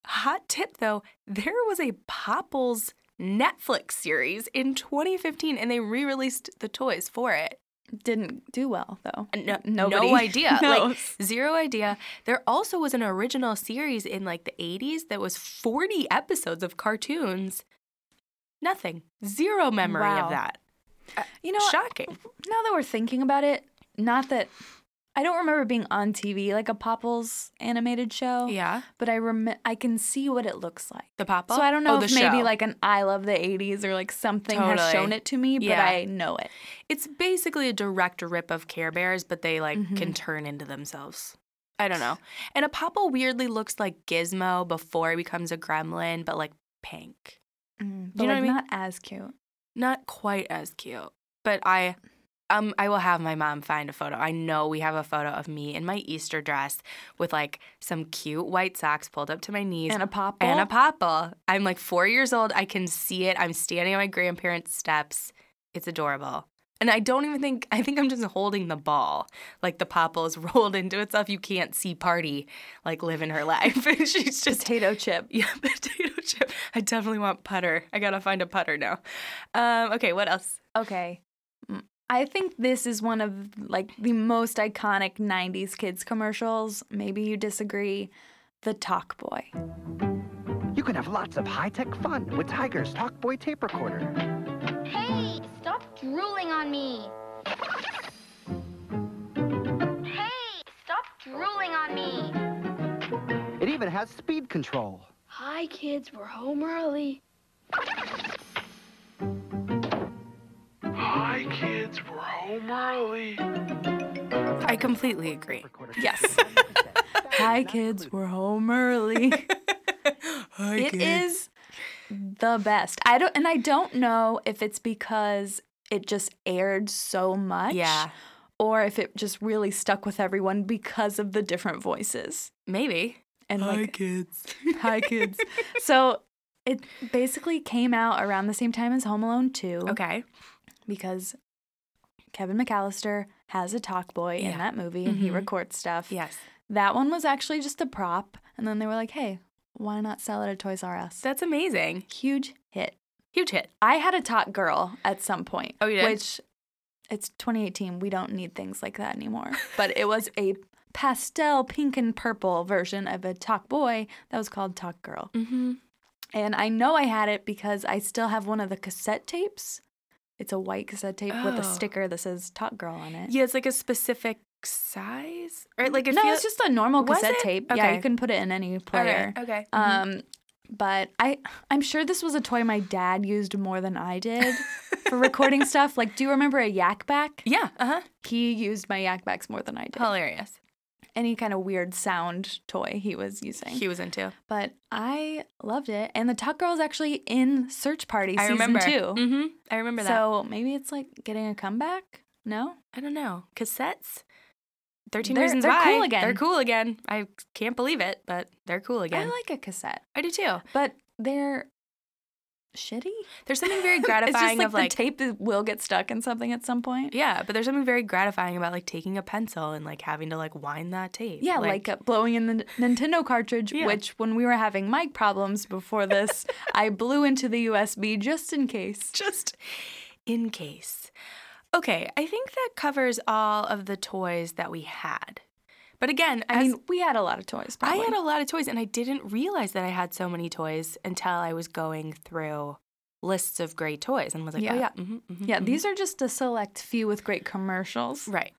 Speaker 2: Hot tip though, there was a Popples Netflix series in 2015 and they re released the toys for it.
Speaker 1: Didn't do well though.
Speaker 2: Uh, No,
Speaker 1: Nobody
Speaker 2: no idea. Like
Speaker 1: knows.
Speaker 2: zero idea. There also was an original series in like the 80s that was 40 episodes of cartoons. Nothing. Zero memory
Speaker 1: Wow.
Speaker 2: of that.
Speaker 1: You know,
Speaker 2: Shocking.
Speaker 1: now that we're thinking about it, not that I don't remember being on TV like a Popples animated show.
Speaker 2: Yeah.
Speaker 1: But I rem- I can see what it looks like.
Speaker 2: The pop up.
Speaker 1: So I don't know
Speaker 2: oh,
Speaker 1: if
Speaker 2: the
Speaker 1: maybe
Speaker 2: show.
Speaker 1: like an I love the 80s or like something
Speaker 2: Totally.
Speaker 1: has shown it to me, but
Speaker 2: Yeah.
Speaker 1: I know it.
Speaker 2: it's basically a direct rip of Care Bears, but they like
Speaker 1: Mhm.
Speaker 2: can turn into themselves. I don't know. And Apoppo weirdly looks like Gizmo before he becomes a gremlin, but like pink.
Speaker 1: Mm, but
Speaker 2: Mm, you know
Speaker 1: like
Speaker 2: what I mean?
Speaker 1: not as cute.
Speaker 2: not quite as cute, but I um I will have my mom find a photo. I know we have a photo of me in my Easter dress with like some cute white socks pulled up to my knees
Speaker 1: And a Popple.
Speaker 2: and a popple. I'm like 4 years old. I can see it. I'm standing on my grandparents' steps. It's adorable. And I don't even think I think I'm just holding the ball. Like the popple is rolled into itself. You can't see party like living her life. She's just
Speaker 1: potato chip.
Speaker 2: yeah, potato chip. I definitely want putter. I gotta find a putter now. Um, okay, what else?
Speaker 1: Okay. Mm. I think this is one of like the most iconic 90s kids commercials. Maybe you disagree. The Talk Boy.
Speaker 6: You can have lots of high-tech fun with Tiger's Talkboy tape recorder.
Speaker 4: Hey, stop drooling on me. Hey, stop drooling on me.
Speaker 6: It even has speed control.
Speaker 4: Hi, kids, we're home early.
Speaker 7: Hi, kids, we're home early.
Speaker 2: I completely agree.
Speaker 1: Yes. Hi, kids. We're home early. It is the best. I don't, and I don't know if it's because it just aired so much,
Speaker 2: Yeah,
Speaker 1: or if it just really stuck with everyone because of the different voices
Speaker 2: maybe.
Speaker 1: and like
Speaker 2: kids.
Speaker 1: hi kids. so it basically came out around the same time as Home Alone Two,
Speaker 2: Okay.
Speaker 1: because Kevin McAllister has a talk boy
Speaker 2: Yeah.
Speaker 1: in that movie and he
Speaker 2: Mhm.
Speaker 1: records stuff.
Speaker 2: Yes.
Speaker 1: That one was actually just a prop, and then they were like, hey, why not sell it at Toys R Us?
Speaker 2: That's amazing.
Speaker 1: Huge hit.
Speaker 2: Huge hit.
Speaker 1: I had a talk girl at some point.
Speaker 2: Oh, you did?
Speaker 1: Which it's 2018. We don't need things like that anymore. But it was a pastel pink and purple version of a talk boy that was called talk girl.
Speaker 2: Mm-hmm.
Speaker 1: And I know I had it because I still have one of the cassette tapes. It's a white cassette tape with
Speaker 2: Oh.
Speaker 1: a sticker that says talk girl on it.
Speaker 2: Yeah, it's like a specific size, right? Like it
Speaker 1: no,
Speaker 2: feels
Speaker 1: it's just a normal
Speaker 2: Was
Speaker 1: cassette
Speaker 2: it?
Speaker 1: tape. Yeah,
Speaker 2: Okay.
Speaker 1: you can put it in any
Speaker 2: All
Speaker 1: player.
Speaker 2: right, Okay.
Speaker 1: Um, but I I'm sure this was a toy my dad used more than I did for recording stuff. Like, do you remember a yak back?
Speaker 2: yeah. Uh huh.
Speaker 1: He used my yak backs more than I did.
Speaker 2: Hilarious.
Speaker 1: Any kind of weird sound toy he was using.
Speaker 2: He was into.
Speaker 1: but I loved it. And the Tuck Girl is actually in Search Party
Speaker 2: I
Speaker 1: season
Speaker 2: remember.
Speaker 1: 2
Speaker 2: Mm-hmm. I remember that.
Speaker 1: So maybe it's like getting a comeback. No,
Speaker 2: I don't know. Cassettes. 13
Speaker 1: They're-
Speaker 2: Reasons
Speaker 1: they're
Speaker 2: Why.
Speaker 1: cool again.
Speaker 2: They're cool again. I can't believe it, but they're cool again.
Speaker 1: I like a cassette,
Speaker 2: I do too.
Speaker 1: but they're shitty.
Speaker 2: There's something very
Speaker 1: it's just
Speaker 2: gratifying
Speaker 1: like
Speaker 2: of like
Speaker 1: the tape is- will get stuck in something at some point.
Speaker 2: yeah, but there's something very gratifying about like taking a pencil and like having to like wind that tape.
Speaker 1: Yeah, like, uh, blowing in the N- Nintendo cartridge,
Speaker 2: Yeah.
Speaker 1: which when we were having mic problems before this, I blew into the USB just in case.
Speaker 2: just in case. Okay, I think that covers all of the toys that we had. But again,
Speaker 1: I
Speaker 2: as-
Speaker 1: mean, we had a lot of toys.
Speaker 2: I
Speaker 1: probably.
Speaker 2: had a lot of toys, and I didn't realize that I had so many toys until I was going through lists of great toys and was like, oh
Speaker 1: Yeah.
Speaker 2: yeah, hmm hmm
Speaker 1: yeah, these are just a select few with great commercials.
Speaker 2: Right.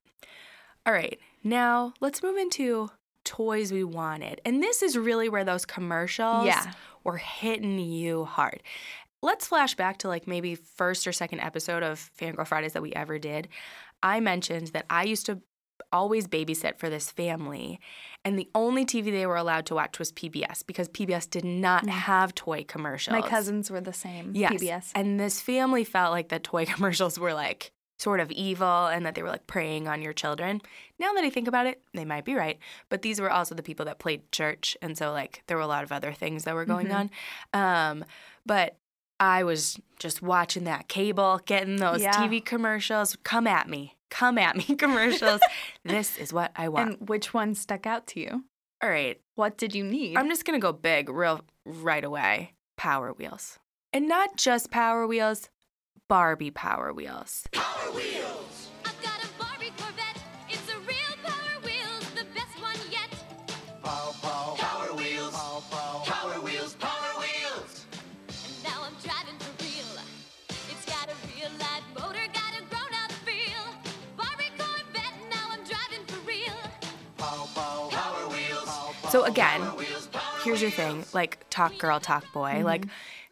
Speaker 2: All right. Now let's move into toys we wanted. And this is really where those commercials
Speaker 1: Yeah.
Speaker 2: were hitting you hard. Let's flash back to like maybe first or second episode of Fangirl Fridays that we ever did. I mentioned that I used to always babysit for this family, and the only TV they were allowed to watch was PBS because PBS did not have toy commercials.
Speaker 1: Mm. My cousins were the same.
Speaker 2: Yes.
Speaker 1: PBS.
Speaker 2: And this family felt like the toy commercials were like sort of evil and that they were like preying on your children. Now that I think about it, they might be right. But these were also the people that played church. And so, like, there were a lot of other things that were going
Speaker 1: Mm-hmm.
Speaker 2: on. Um, but I was just watching that cable, getting those
Speaker 1: Yeah.
Speaker 2: TV commercials. Come at me. Come at me commercials. this is what I want.
Speaker 1: And which one stuck out to you?
Speaker 2: All right.
Speaker 1: What did you need?
Speaker 2: I'm just gonna go big, real right away. Power Wheels, and not just Power Wheels, Barbie Power Wheels.
Speaker 4: I've got a
Speaker 2: So again, here's your thing, like talk girl, talk boy. Like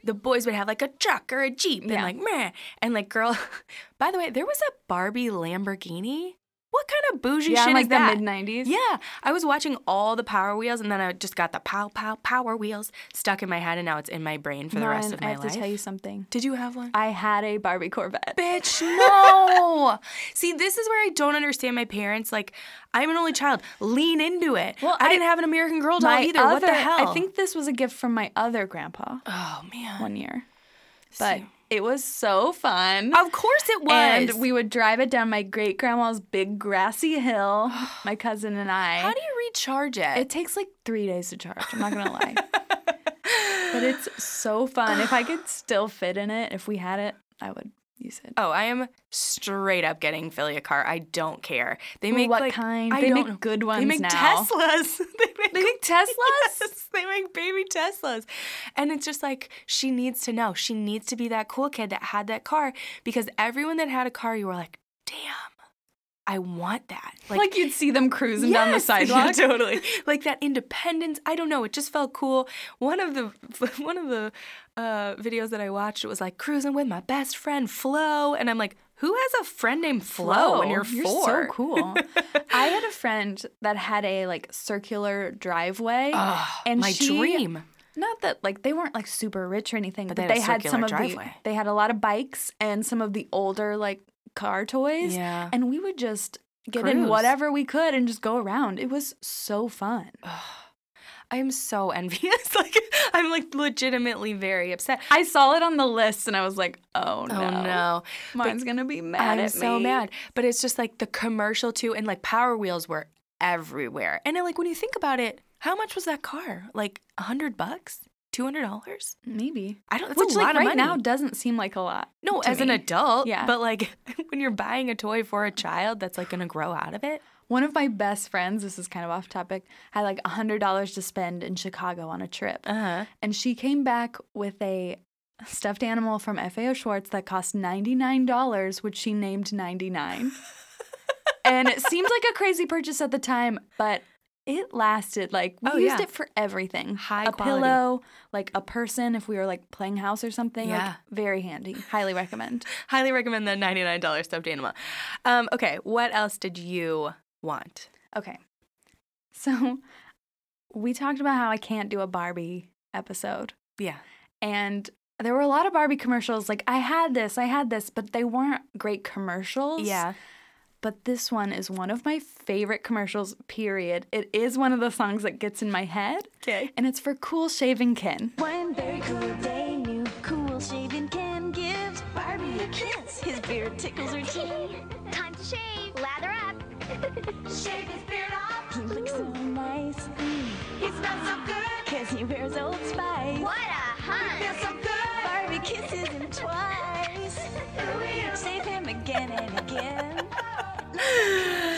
Speaker 2: the boys would have like a truck or a jeep and
Speaker 1: Mm-hmm. Yeah.
Speaker 2: like meh. And like girl by the way, there was a Barbie Lamborghini. What kind of bougie
Speaker 1: yeah,
Speaker 2: shit
Speaker 1: in like
Speaker 2: is
Speaker 1: the
Speaker 2: that?
Speaker 1: mid '90s.
Speaker 2: Yeah, I was watching all the Power Wheels, and then I just got the pow pow Power Wheels stuck in my head, and now it's in my brain for the rest
Speaker 1: Lauren,
Speaker 2: of my
Speaker 1: I have
Speaker 2: life.
Speaker 1: to tell you something.
Speaker 2: Did you have one?
Speaker 1: I had a Barbie Corvette.
Speaker 2: Bitch, no. See, this is where I don't understand my parents. Like, I'm an only child. Lean into it.
Speaker 1: Well,
Speaker 2: I,
Speaker 1: I-
Speaker 2: didn't have an American Girl doll either. what the
Speaker 1: other-
Speaker 2: hell?
Speaker 1: I think this was a gift from my other grandpa
Speaker 2: Oh man.
Speaker 1: one year, but it was so fun.
Speaker 2: Of course it was.
Speaker 1: And we would drive it down my great grandma's big grassy hill, my cousin and I.
Speaker 2: How do you recharge it?
Speaker 1: It takes like three days to charge. I'm not gonna lie, but it's so fun. If I could still fit in it, if we had it, I would use it.
Speaker 2: oh, I am straight up getting Philly a car. I don't care. They
Speaker 1: Ooh,
Speaker 2: make
Speaker 1: what
Speaker 2: like,
Speaker 1: kind?
Speaker 2: I
Speaker 1: They
Speaker 2: don't
Speaker 1: make
Speaker 2: know.
Speaker 1: good
Speaker 2: They
Speaker 1: ones
Speaker 2: make
Speaker 1: now.
Speaker 2: Teslas. they make,
Speaker 1: They make Teslas?
Speaker 2: Yes, they make baby Teslas. And it's just like she needs to know. She needs to be that cool kid that had that car because everyone that had a car, you were like, damn, I want that.
Speaker 1: Like, you'd see them cruising down the
Speaker 2: Yes, yeah,
Speaker 1: sidewalk.
Speaker 2: totally. Like that independence. I don't know. It just felt cool. One of the one of the uh, videos that I watched it was like cruising with my best friend Flo, and I'm like, who has a friend named Flo? when you're 4
Speaker 1: so cool. I had a friend that had a like circular driveway,
Speaker 2: Ah,
Speaker 1: and
Speaker 2: my
Speaker 1: she-
Speaker 2: dream.
Speaker 1: Not that like they weren't like super rich or anything, but,
Speaker 2: they had a
Speaker 1: they had,
Speaker 2: circular
Speaker 1: some of
Speaker 2: driveway.
Speaker 1: the they had a lot of bikes and some of the older like car toys.
Speaker 2: Yeah.
Speaker 1: and we would just get in
Speaker 2: Cruise.
Speaker 1: whatever we could and just go around. It was so fun.
Speaker 2: I am so envious. like I'm like legitimately very upset.
Speaker 1: I saw it on the list and I was like, oh no,
Speaker 2: But
Speaker 1: mine's gonna be mad
Speaker 2: I'm
Speaker 1: at
Speaker 2: so
Speaker 1: me.
Speaker 2: mad. But it's just like the commercial too, and like Power Wheels were everywhere. And then, like when you think about it, how much was that car? Like a hundred bucks, two hundred dollars.
Speaker 1: Maybe
Speaker 2: I don't. That's
Speaker 1: which
Speaker 2: a lot
Speaker 1: like
Speaker 2: of
Speaker 1: right
Speaker 2: money.
Speaker 1: now doesn't seem like a lot.
Speaker 2: no,
Speaker 1: to
Speaker 2: as an
Speaker 1: me.
Speaker 2: adult.
Speaker 1: Yeah.
Speaker 2: But like when you're buying a toy for a child, that's like gonna grow out of it.
Speaker 1: One of my best friends, this is kind of off topic, had like $100 to spend in Chicago on a trip.
Speaker 2: huh.
Speaker 1: And she came back with a stuffed animal from FAO Schwartz that cost $99, which she named 99. and it seemed like a crazy purchase at the time, but it lasted like we
Speaker 2: Oh,
Speaker 1: used
Speaker 2: yeah.
Speaker 1: it for everything.
Speaker 2: High
Speaker 1: a
Speaker 2: quality.
Speaker 1: pillow, like a person if we were like playing house or something.
Speaker 2: Yeah.
Speaker 1: Like very handy. Highly recommend.
Speaker 2: Highly recommend the ninety nine dollar stuffed animal. Um, okay, what else did you want?
Speaker 1: Okay. So we talked about how I can't do a Barbie episode.
Speaker 2: Yeah.
Speaker 1: And there were a lot of Barbie commercials. Like, I had this, I had this, but they weren't great commercials.
Speaker 2: Yeah.
Speaker 1: But this one is one of my favorite commercials, period. It is one of the songs that gets in my head.
Speaker 2: Okay.
Speaker 1: And it's for Cool Shaving Kin.
Speaker 5: One very cool day, new cool shaving Ken gives Barbie a kiss. His beard tickles her chin.
Speaker 4: Time to shave. Lather up. shave his beard off.
Speaker 5: He looks so nice. He smells so good. Cause he wears Old Spice.
Speaker 4: What a hunt.
Speaker 5: Feels so good. Barbie kisses him twice. Save him again and again.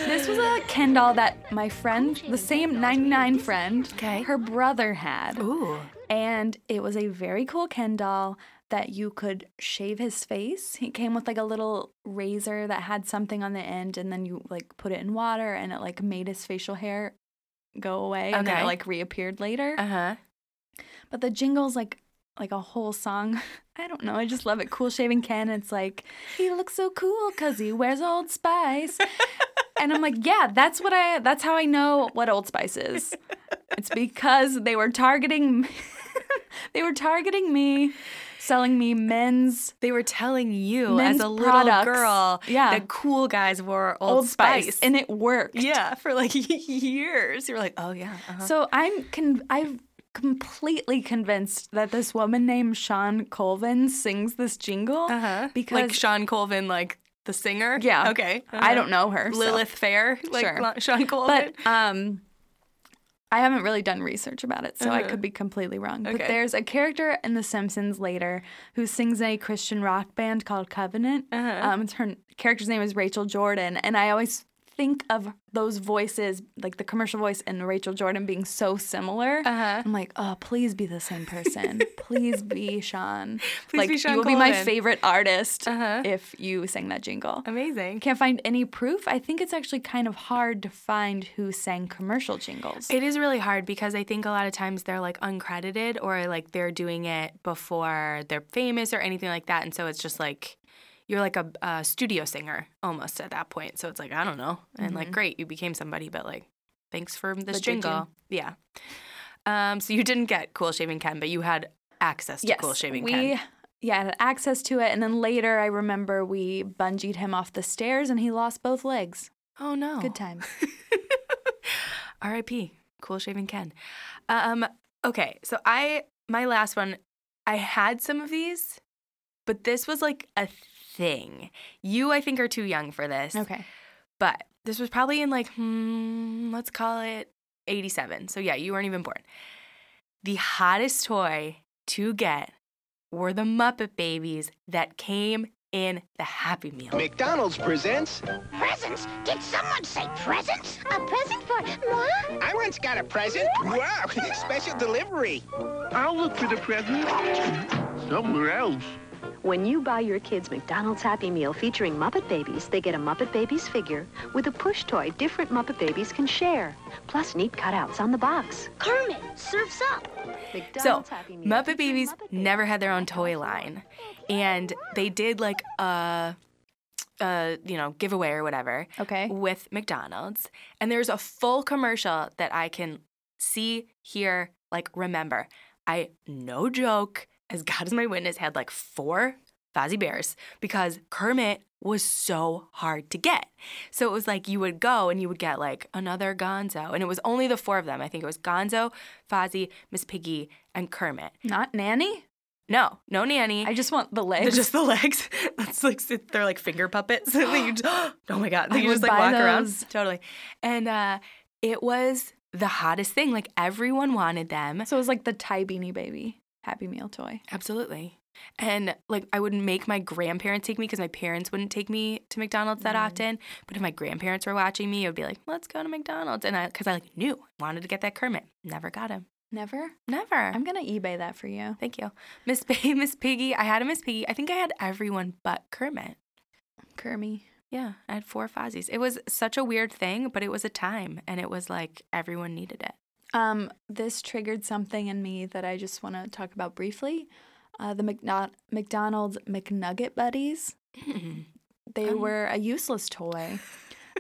Speaker 1: This was a Ken doll that my friend, the same 99 friend,
Speaker 2: Okay.
Speaker 1: her brother had.
Speaker 2: Ooh.
Speaker 1: And it was a very cool Ken doll that you could shave his face. He came with like a little razor that had something on the end, and then you like put it in water and it like made his facial hair go away and then
Speaker 2: Okay.
Speaker 1: it like reappeared later.
Speaker 2: Uh huh.
Speaker 1: But the jingle's like like a whole song. I don't know. I just love it. Cool shaving Ken. It's like he looks so cool because he wears Old Spice. and I'm like, yeah, that's what I. That's how I know what Old Spice is. It's because they were targeting. they were targeting me, selling me men's.
Speaker 2: They were telling you
Speaker 1: Men's
Speaker 2: as a
Speaker 1: products.
Speaker 2: little girl
Speaker 1: Yeah.
Speaker 2: that cool guys wore Old,
Speaker 1: Old Spice. and it worked.
Speaker 2: yeah, for like years. You were like, oh yeah. uh-huh.
Speaker 1: So I'm con- I've completely convinced that this woman named Sean Colvin sings this jingle because
Speaker 2: Uh-huh. like Sean Colvin, like the singer.
Speaker 1: Yeah.
Speaker 2: Okay. Uh-huh.
Speaker 1: I don't know her. so-
Speaker 2: Lilith Fair, like
Speaker 1: Sure.
Speaker 2: Lo- Sean Colvin.
Speaker 1: But um I haven't really done research about it, so I could be completely wrong.
Speaker 2: Uh-huh. Okay.
Speaker 1: But there's a character in The Simpsons later who sings in a
Speaker 2: Uh-huh.
Speaker 1: Christian rock band called Covenant. Um, it's her character's name is Rachel Jordan, and I always think of those voices, like the commercial voice and Rachel Jordan being so similar.
Speaker 2: Uh-huh.
Speaker 1: I'm like, oh, please be the same person. please be Sean.
Speaker 2: Please
Speaker 1: like,
Speaker 2: be Sean
Speaker 1: you will be my
Speaker 2: Coleman.
Speaker 1: favorite artist
Speaker 2: Uh-huh.
Speaker 1: if you sang that jingle.
Speaker 2: Amazing.
Speaker 1: Can't find any proof. I think it's actually kind of hard to find who sang commercial jingles.
Speaker 2: It is really hard because I think a lot of times they're like uncredited or like they're doing it before they're famous or anything like that. And so it's just like you're like a, a studio singer almost at that point. So it's like, I don't know. And like,
Speaker 1: Mm-hmm.
Speaker 2: great, you became somebody, but like, thanks for this
Speaker 1: did you?
Speaker 2: jingle. Yeah. Um, so you didn't get Cool Shaving Ken, but you had access to
Speaker 1: yes,
Speaker 2: Cool Shaving
Speaker 1: we
Speaker 2: Ken.
Speaker 1: yeah I had access to it, and then later I remember we bungeed him off the stairs, and he lost both legs.
Speaker 2: Oh, no.
Speaker 1: Good times.
Speaker 2: R.I.P. Cool Shaving Ken. Um, okay, so I my last one, I had some of these, but this was like a thing. You, I think, are too young for this.
Speaker 1: Okay.
Speaker 2: But this was probably in like, hmm, let's call it 87. So yeah, you weren't even born. The hottest toy to get were the Muppet Babies that came in the Happy Meal.
Speaker 8: McDonald's presents.
Speaker 9: Presents? Did someone say presents? A present for moi?
Speaker 8: I once got a present. Wow, special delivery.
Speaker 7: I'll look for the present somewhere else.
Speaker 10: When you buy your kids McDonald's Happy Meal featuring Muppet Babies, they get a Muppet Babies figure with a push toy different Muppet Babies can share, plus neat cutouts on the box.
Speaker 9: Kermit serves up.
Speaker 2: So,
Speaker 10: McDonald's Happy Meal
Speaker 2: Muppet
Speaker 10: featuring
Speaker 2: Babies
Speaker 10: Muppet
Speaker 2: never had their own toy line, and they did like a, a uh, you know giveaway or whatever.
Speaker 1: Okay.
Speaker 2: With McDonald's, and there's a full commercial that I can see, hear, like remember. I no joke, as God is my witness, had like four Fozzie Bears because Kermit was so hard to get. So it was like you would go and you would get like another Gonzo, and it was only the four of them. I think it was Gonzo, Fozzie, Miss Piggy, and Kermit.
Speaker 1: Not nanny.
Speaker 2: No, no nanny.
Speaker 1: I just want the
Speaker 2: they're
Speaker 1: legs.
Speaker 2: just the legs. That's like they're like finger puppets. And then you just, oh my god!
Speaker 1: I
Speaker 2: You just
Speaker 1: would buy
Speaker 2: like walk
Speaker 1: those.
Speaker 2: around totally. And uh, it was the hottest thing. Like everyone wanted them.
Speaker 1: so it was like the Thai Beanie Baby Happy Meal toy.
Speaker 2: Absolutely. And like I would make my grandparents take me because my parents wouldn't take me to McDonald's that often. But if my grandparents were watching me, it would be like, let's go to McDonald's. And I, because I like knew wanted to get that Kermit, never got him,
Speaker 1: Never.
Speaker 2: never.
Speaker 1: I'm gonna eBay that for you.
Speaker 2: Thank you, Miss P- Miss Piggy. I had a Miss Piggy. I think I had everyone but Kermit.
Speaker 1: Kermit.
Speaker 2: Yeah, I had four Fozzies. It was such a weird thing, but it was a time, and it was like everyone needed it.
Speaker 1: Um, this triggered something in me that I just want to talk about briefly. Uh, the McNo- McDonald's McNugget buddies. They were a useless toy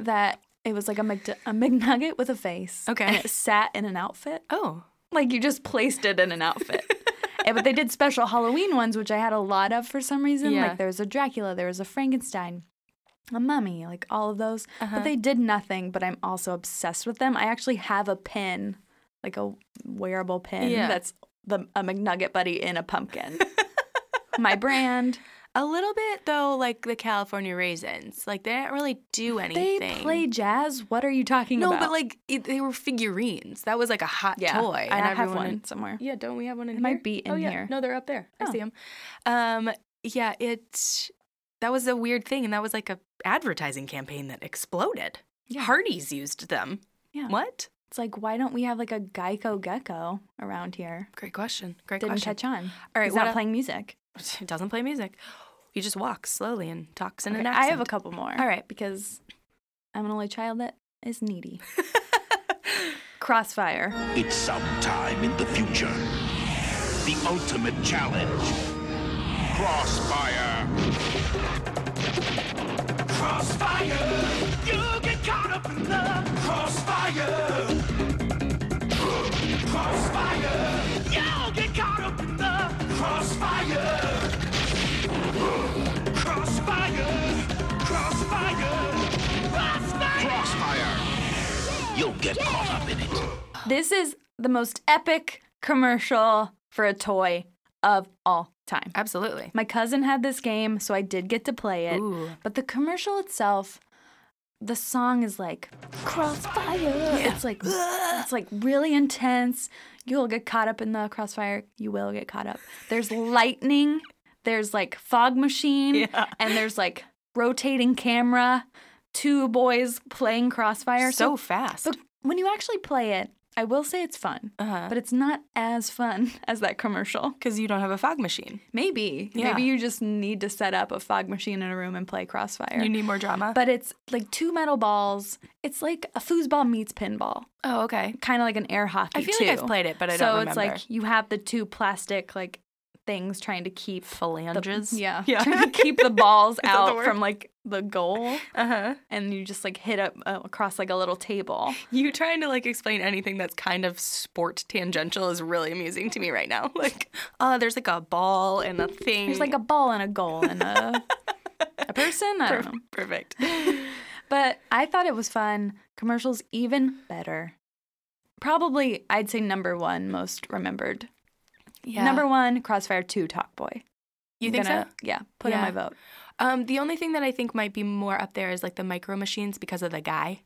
Speaker 1: that it was like a, McD- a McNugget with a face.
Speaker 2: Okay.
Speaker 1: And it sat in an outfit.
Speaker 2: Oh,
Speaker 1: Like you just placed it in an outfit. Yeah, but they did special Halloween ones, which I had a lot of for some reason.
Speaker 2: Yeah.
Speaker 1: Like there was a Dracula, there was a Frankenstein, a mummy, like all of those.
Speaker 2: Uh-huh.
Speaker 1: But they did nothing, but I'm also obsessed with them. I actually have a pin, like a wearable pin
Speaker 2: Yeah.
Speaker 1: that's the a McNugget buddy in a pumpkin. My brand.
Speaker 2: a little bit though, like the California raisins. Like they didn't really do anything.
Speaker 1: They play jazz. What are you talking
Speaker 2: No,
Speaker 1: about?
Speaker 2: but like it, they were figurines. That was like a hot
Speaker 1: yeah,
Speaker 2: toy.
Speaker 1: I
Speaker 2: and
Speaker 1: have
Speaker 2: everyone-
Speaker 1: one somewhere.
Speaker 2: Yeah, don't we have one in
Speaker 1: It
Speaker 2: here?
Speaker 1: might be
Speaker 2: oh,
Speaker 1: in
Speaker 2: yeah.
Speaker 1: here.
Speaker 2: No, they're up there. I
Speaker 1: Oh.
Speaker 2: see them. Um, yeah, it. That was a weird thing, and that was like a advertising campaign that exploded. Hardee's used them.
Speaker 1: Yeah.
Speaker 2: What?
Speaker 1: It's like why don't we have like a Geico Gecko around here?
Speaker 2: Great question. Great
Speaker 1: Didn't
Speaker 2: question.
Speaker 1: catch on.
Speaker 2: All right,
Speaker 1: He's
Speaker 2: what
Speaker 1: not
Speaker 2: el-
Speaker 1: playing music.
Speaker 2: It doesn't play music. He just walks slowly and talks in an
Speaker 1: Okay,
Speaker 2: accent.
Speaker 1: I have a couple more.
Speaker 2: All right.
Speaker 1: because I'm an only child that is needy. Crossfire.
Speaker 11: It's sometime in the future. The ultimate challenge. Crossfire. Crossfire. You get caught up in the crossfire. Crossfire. You get caught up in the crossfire. Crossfire. Crossfire. Crossfire. Crossfire. You'll get caught up in it.
Speaker 1: This is the most epic commercial for a toy of all time.
Speaker 2: Absolutely.
Speaker 1: My cousin had this game, so I did get to play it.
Speaker 2: Ooh.
Speaker 1: But the commercial itself, the song is like crossfire. It's like it's like really intense. You'll get caught up in the crossfire. You will get caught up. There's lightning. There's like fog machine, and there's like rotating camera. two boys playing Crossfire
Speaker 2: So fast.
Speaker 1: But when you actually play it, I will say it's fun,
Speaker 2: Uh-huh.
Speaker 1: but it's not as fun as that commercial.
Speaker 2: Because you don't have a fog machine.
Speaker 1: Maybe,
Speaker 2: Yeah.
Speaker 1: maybe you just need to set up a fog machine in a room and play Crossfire.
Speaker 2: You need more drama.
Speaker 1: but it's like two metal balls. It's like a foosball meets pinball,
Speaker 2: oh, okay.
Speaker 1: kind of like an air hockey.
Speaker 2: I feel
Speaker 1: too.
Speaker 2: like I've played it, but I
Speaker 1: so
Speaker 2: don't
Speaker 1: it's
Speaker 2: remember.
Speaker 1: like you have the two plastic like things trying to keep the-
Speaker 2: phalanges.
Speaker 1: yeah,
Speaker 2: Yeah.
Speaker 1: trying to keep the balls
Speaker 2: that the
Speaker 1: out
Speaker 2: word?
Speaker 1: from like the goal,
Speaker 2: Uh huh.
Speaker 1: and you just like hit up uh, across like a little table.
Speaker 2: You trying to like explain anything that's kind of sport tangential is really amusing to me right now. Like, uh, there's like a ball and a thing.
Speaker 1: There's like a ball and a goal and a a person. I don't know.
Speaker 2: perfect.
Speaker 1: But I thought it was fun. Commercials even better. Probably, I'd say number one most remembered.
Speaker 2: Yeah.
Speaker 1: Number one, Crossfire Two, Talk Boy.
Speaker 2: You
Speaker 1: I'm
Speaker 2: think
Speaker 1: gonna-
Speaker 2: so?
Speaker 1: Yeah. Put in
Speaker 2: Yeah.
Speaker 1: my vote.
Speaker 2: Um, the only thing that I think might be more up there is like the micro machines because of the guy,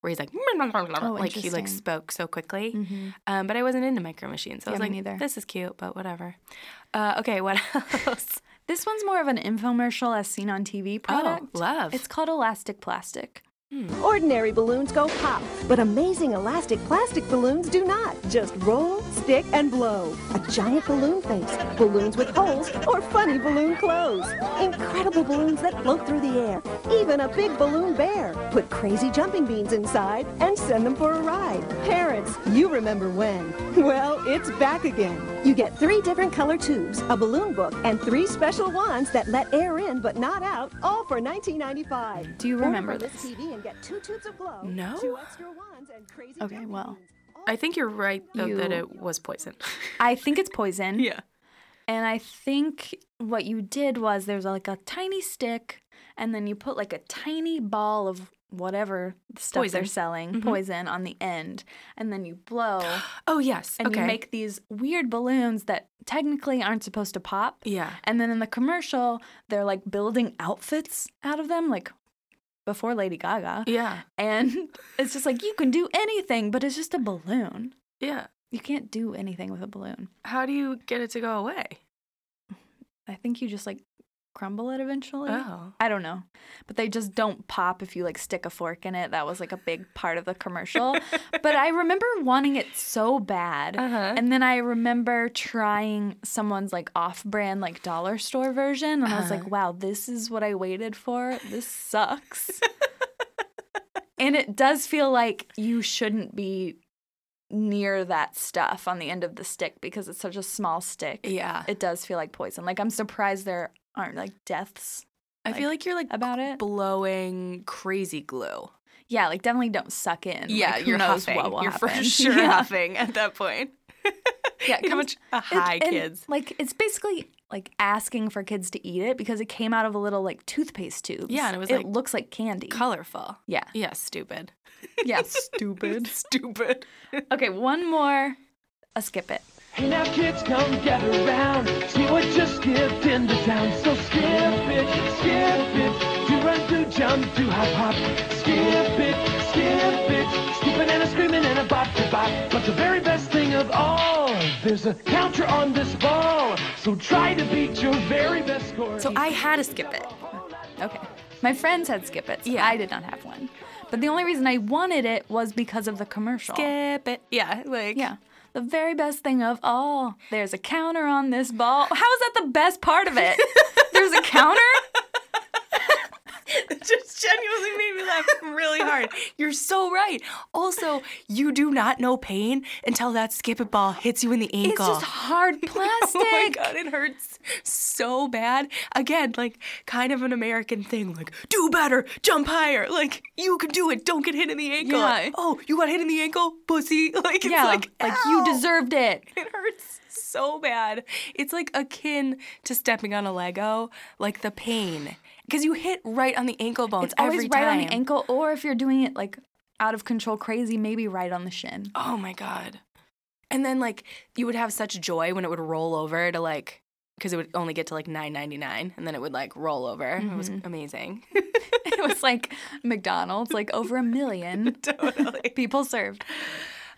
Speaker 2: where he's like, like he
Speaker 1: Oh, interesting.
Speaker 2: like spoke so quickly.
Speaker 1: Mm-hmm.
Speaker 2: Um, but I wasn't into micro machines. So
Speaker 1: Yeah,
Speaker 2: I was like,
Speaker 1: me neither.
Speaker 2: this is cute, but whatever. Uh, okay, what else?
Speaker 1: This one's more of an infomercial as seen on TV product.
Speaker 2: Oh, love.
Speaker 1: It's called Elastic Plastic.
Speaker 10: Ordinary balloons go pop, but amazing elastic plastic balloons do not. Just roll, stick, and blow. A giant balloon face, balloons with holes, or funny balloon clothes. Incredible balloons that float through the air. Even a big balloon bear. Put crazy jumping beans inside and send them for a ride. Parents, you remember when. Well, it's back again. You get three different color tubes, a balloon book, and three special wands that let air in but not out, all for $19.95.
Speaker 1: Do you remember
Speaker 10: Order from
Speaker 1: this?
Speaker 10: TV and get two tubes of glow,
Speaker 2: No.
Speaker 10: two extra wands, and crazy
Speaker 1: Okay,
Speaker 10: jelly
Speaker 1: well.
Speaker 10: beans.
Speaker 2: I think you're right though that
Speaker 1: You-
Speaker 2: it was poison.
Speaker 1: I think it's poison. And I think what you did was there's like a tiny stick, and then you put like a tiny ball of whatever stuff they're
Speaker 2: Poison. Mm-hmm.
Speaker 1: selling, poison, on the end, and then you blow,
Speaker 2: Oh yes.
Speaker 1: and
Speaker 2: okay.
Speaker 1: you make these weird balloons that technically aren't supposed to pop.
Speaker 2: yeah.
Speaker 1: And then in the commercial, they're like building outfits out of them, like before Lady Gaga.
Speaker 2: Yeah.
Speaker 1: And it's just like, you can do anything, but it's just a balloon.
Speaker 2: Yeah.
Speaker 1: You can't do anything with a balloon.
Speaker 2: How do you get it to go away?
Speaker 1: I think you just like crumble it eventually.
Speaker 2: Oh.
Speaker 1: I don't know. But they just don't pop if you like stick a fork in it. That was like a big part of the commercial. but I remember wanting it so bad.
Speaker 2: Uh-huh.
Speaker 1: And then I remember trying someone's like off brand, like dollar store version. And I was
Speaker 2: Uh-huh.
Speaker 1: like, wow, this is what I waited for. This sucks. and it does feel like you shouldn't be near that stuff on the end of the stick because it's such a small stick
Speaker 2: Yeah.
Speaker 1: it does feel like poison. Like I'm surprised there aren't like deaths.
Speaker 2: I feel like you're like
Speaker 1: about it.
Speaker 2: blowing crazy glue.
Speaker 1: Yeah, like definitely don't suck in. like, who
Speaker 2: you're
Speaker 1: knows
Speaker 2: huffing.
Speaker 1: what will
Speaker 2: you're
Speaker 1: happen.
Speaker 2: for sure
Speaker 1: yeah.
Speaker 2: huffing at that point.
Speaker 1: Yeah,
Speaker 2: you know how much
Speaker 1: comes-
Speaker 2: a
Speaker 1: it-
Speaker 2: high
Speaker 1: and,
Speaker 2: kids.
Speaker 1: Like it's basically like asking for kids to eat it because it came out of a little like toothpaste tube.
Speaker 2: Yeah, and it was, like,
Speaker 1: looks like candy.
Speaker 2: Colorful.
Speaker 1: yeah,
Speaker 2: Yeah. Stupid.
Speaker 1: yeah, stupid.
Speaker 2: Stupid.
Speaker 1: Okay, one more. I'll skip it.
Speaker 11: Hey now kids, come get around. See what just skipped into town. So skip it, skip it. Do run, do jump, do hop, hop. Skip it, skip it. Skipping and a screaming and a bop, to bop. But the very best thing of all, there's a counter on this ball. So try to beat your very best score.
Speaker 2: So I had to skip it.
Speaker 1: Okay. My friends had skip it. so
Speaker 2: Yeah.
Speaker 1: I did not have one. But the only reason I wanted it was because of the commercial.
Speaker 2: Skip it. Yeah. Like.
Speaker 1: Yeah. The very best thing of all, there's a counter on this ball. How is that the best part of it? There's a counter?
Speaker 2: It just genuinely made me laugh really hard. You're so right. Also, you do not know pain until that skip it ball hits you in the
Speaker 1: It's
Speaker 2: ankle.
Speaker 1: just hard plastic.
Speaker 2: Oh my god, it hurts so bad. Again, like kind of an American thing, like do better, jump higher, like you can do it. Don't get hit in the ankle.
Speaker 1: Yeah.
Speaker 2: Oh, you got hit in the ankle, pussy. Like it's
Speaker 1: Yeah,
Speaker 2: like
Speaker 1: like, you
Speaker 2: "Ow."
Speaker 1: deserved it.
Speaker 2: It hurts so bad. It's like akin to stepping on a Lego, like the pain. Because you hit right on the ankle bones
Speaker 1: It's always
Speaker 2: every
Speaker 1: right
Speaker 2: time.
Speaker 1: on the ankle, or if you're doing it like out of control crazy, maybe right on the shin.
Speaker 2: Oh my god. And then like you would have such joy when it would roll over to like because it would only get to like 9.99 and then it would like roll over. It was
Speaker 1: Mm-hmm.
Speaker 2: amazing.
Speaker 1: It was like McDonald's, like over a million
Speaker 2: totally.
Speaker 1: people served.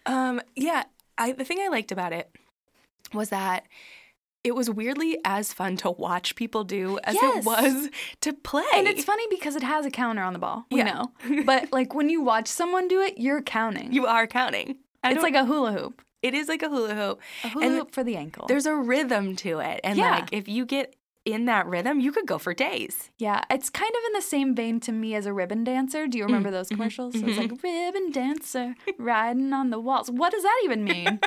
Speaker 2: Um yeah, I the thing I liked about it was that it was weirdly as fun to watch people do as
Speaker 1: Yes.
Speaker 2: it was to play.
Speaker 1: And it's funny because it has a counter on the ball. We
Speaker 2: Yeah.
Speaker 1: know. But like when you watch someone do it, you're counting.
Speaker 2: you are counting. I
Speaker 1: it's
Speaker 2: don't-
Speaker 1: like a hula hoop.
Speaker 2: it is like a hula hoop.
Speaker 1: A hula
Speaker 2: And
Speaker 1: hoop for the ankle.
Speaker 2: There's a rhythm to it, and
Speaker 1: Yeah.
Speaker 2: like if you get in that rhythm, you could go for days.
Speaker 1: yeah, it's kind of in the same vein to me as a ribbon dancer. Do you remember those commercials? It was like ribbon dancer riding on the walls. What does that even mean?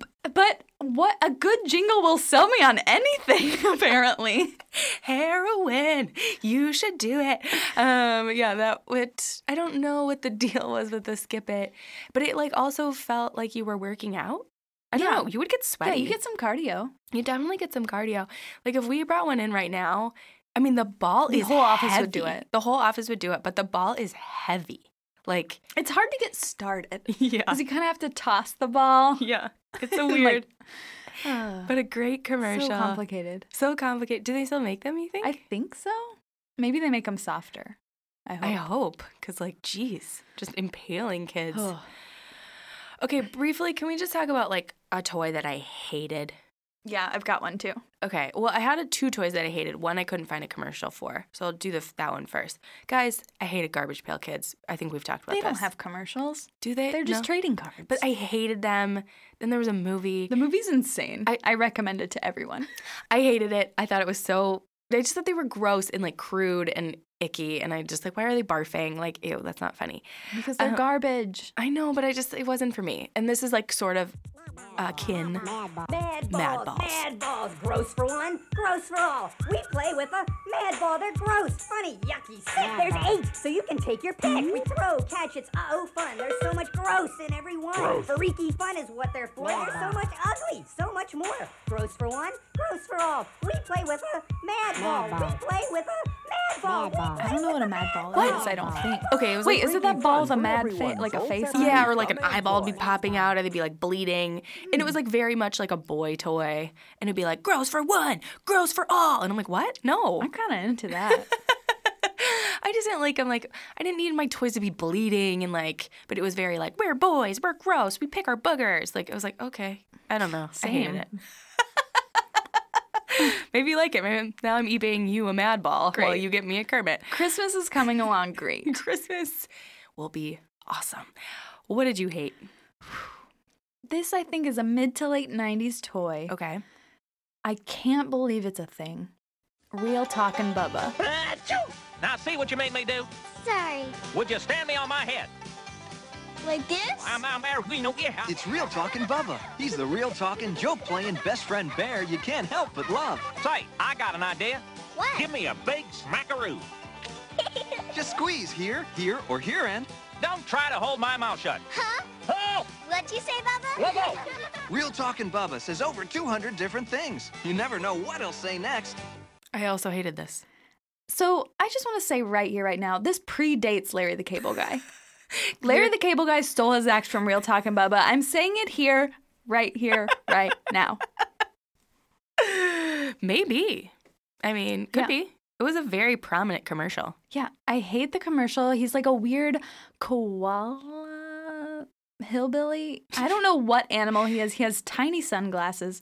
Speaker 1: B- but what a good jingle will sell me on anything apparently.
Speaker 2: Heroin, you should do it. Um, yeah, that would. I don't know what the deal was with the skip it, but it like also felt like you were working out. I don't
Speaker 1: Yeah.
Speaker 2: know. You would get
Speaker 1: yeah,
Speaker 2: sweaty.
Speaker 1: you get some cardio.
Speaker 2: You definitely get some cardio. Like if we brought one in right now, I mean the ball
Speaker 1: The
Speaker 2: is
Speaker 1: whole office would do
Speaker 2: heavy.
Speaker 1: it.
Speaker 2: The whole office would do it, but the ball is heavy. Like
Speaker 1: It's hard to get started.
Speaker 2: yeah,
Speaker 1: Cuz you kind of have to toss the ball.
Speaker 2: yeah. It's so
Speaker 1: Like,
Speaker 2: weird,
Speaker 1: Ugh,
Speaker 2: but a great commercial.
Speaker 1: so complicated.
Speaker 2: So complicated. Do they still make them? You think?
Speaker 1: I think so. Maybe they make them softer. I hope.
Speaker 2: I hope, because like, geez, just impaling kids. okay, briefly, can we just talk about like a toy that I hated?
Speaker 1: yeah, I've got one too.
Speaker 2: Okay. Well, I had a, two toys that I hated. One I couldn't find a commercial for, so I'll do the, that one first. Guys, I hated Garbage Pail Kids. I think we've talked about
Speaker 1: They
Speaker 2: this.
Speaker 1: don't have commercials.
Speaker 2: Do they?
Speaker 1: They're just
Speaker 2: No.
Speaker 1: trading cards.
Speaker 2: But I hated them. Then there was a movie.
Speaker 1: the movie's insane.
Speaker 2: I-
Speaker 1: I, I recommend it to everyone.
Speaker 2: I hated it. I thought it was so. I just thought they were gross and like crude and icky. And I just like, why are they barfing? Like, ew, that's not funny.
Speaker 1: Because they're
Speaker 2: Uh,
Speaker 1: garbage.
Speaker 2: I know, but I just it wasn't for me. And this is like sort of uh, akin.
Speaker 5: Mad balls,
Speaker 2: Mad balls.
Speaker 5: mad balls, gross for one, gross for all. We play with a mad ball, they're gross, funny, yucky, sick. There's eight, so you can take your pick. We throw, catch, it's uh-oh fun. There's so much gross in every one. Freaky fun is what they're for. There's so much ugly, so much more. Gross for one, gross for all. We play with a mad ball, we play with a mad ball. We
Speaker 1: I
Speaker 5: play
Speaker 1: don't know
Speaker 5: with
Speaker 1: what a
Speaker 5: a
Speaker 1: mad ball
Speaker 5: What?
Speaker 1: is. I don't think.
Speaker 2: Oh, Okay, it was
Speaker 1: Wait,
Speaker 2: like,
Speaker 1: is it that ball with a mad face, like a face? on it?
Speaker 2: yeah, or like an eyeball would be popping out, or they'd be like bleeding, and it was like very much like a boy toy, and it'd be like gross for one, gross for all, and I'm like, what? No,
Speaker 1: I'm kind of into that.
Speaker 2: I just didn't like. I'm like, I didn't need my toys to be bleeding, and like, but it was very like, we're boys, we're gross, we pick our boogers. Like, I was like, okay, I don't know, I hated
Speaker 1: Same.
Speaker 2: it. Maybe you like it. Maybe now I'm eBaying you a Mad Ball while
Speaker 1: Great.
Speaker 2: you get me a Kermit.
Speaker 1: Christmas is coming along great.
Speaker 2: Christmas will be awesome. What did you hate?
Speaker 1: This I think is a mid to late '90s toy.
Speaker 2: Okay.
Speaker 1: I can't believe it's a thing. Real talking Bubba.
Speaker 8: Now see what you made me do.
Speaker 9: Sorry.
Speaker 8: Would you stand me on my head?
Speaker 9: Like this?
Speaker 8: I'm out there, we know yeah.
Speaker 3: It's Real Talking Bubba. He's the real talking, joke playing best friend bear you can't help but love.
Speaker 8: Say, I got an idea.
Speaker 9: What?
Speaker 8: Give me a big smackaroo.
Speaker 3: Just squeeze here, here, or here and
Speaker 8: Don't try to hold my mouth shut.
Speaker 9: Huh?
Speaker 8: Oh!
Speaker 9: What'd you say, Bubba?
Speaker 8: Bubba!
Speaker 3: Real Talking Bubba says over 200 different things. You never know what he'll say next.
Speaker 2: I also hated this.
Speaker 1: So I just want to say right here, right now, this predates Larry the Cable Guy. Larry the Cable Guy stole his act from Real Talk and Bubba. I'm saying it here, right here, right now.
Speaker 2: Maybe. I mean, could
Speaker 1: Yeah.
Speaker 2: be. It was a very prominent commercial.
Speaker 1: Yeah, I hate the commercial. He's like a weird koala hillbilly. I don't know what animal he is. He has tiny sunglasses.